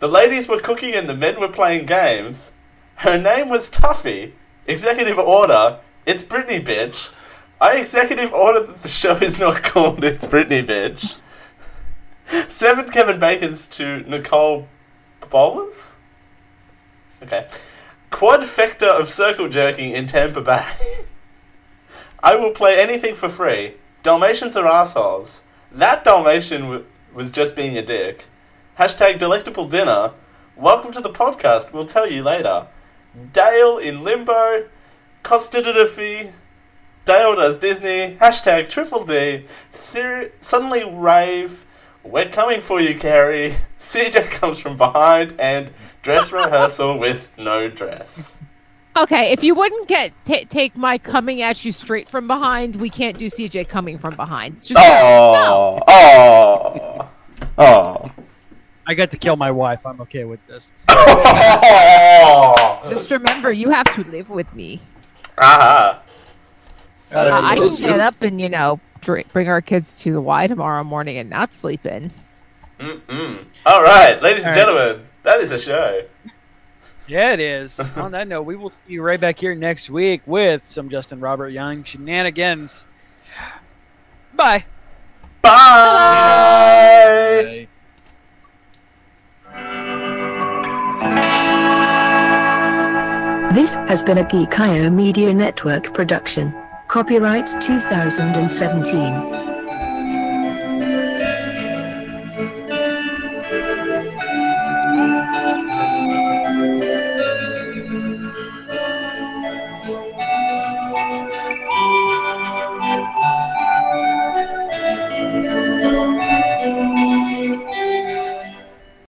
G: The ladies were cooking and the men were playing games. Her name was Tuffy. Executive order. It's Britney, bitch. I executive order that the show is not called It's Britney, bitch. Seven Kevin Bacons to Nicole Bowles? Okay. Quadfecta of circle jerking in Tampa Bay. I will play anything for free. Dalmatians are assholes. That Dalmatian w- was just being a dick. Hashtag delectable dinner. Welcome to the podcast. We'll tell you later. Dale in limbo. Costidity. Dale does Disney. Hashtag triple D. Ser- suddenly rave. We're coming for you, Carrie. CJ comes from behind and dress rehearsal with no dress.
K: Okay, if you wouldn't get ta take my coming at you straight from behind, we can't do CJ coming from behind. It's just
G: Oh, oh, oh.
E: I got to kill my wife. I'm okay with this.
K: just remember you have to live with me.
G: Aha.
K: Uh, I can get up and you know drink, bring our kids to the Y tomorrow morning and not sleep in.
G: Mm-mm. All right, ladies
E: All
G: and
E: right.
G: gentlemen, that is a show.
E: Yeah, it is. On that note, we will see you right back here next week with some Justin Robert Young shenanigans. Bye.
G: Bye.
P: This has been a Geekio Media Network production. Copyright 2017.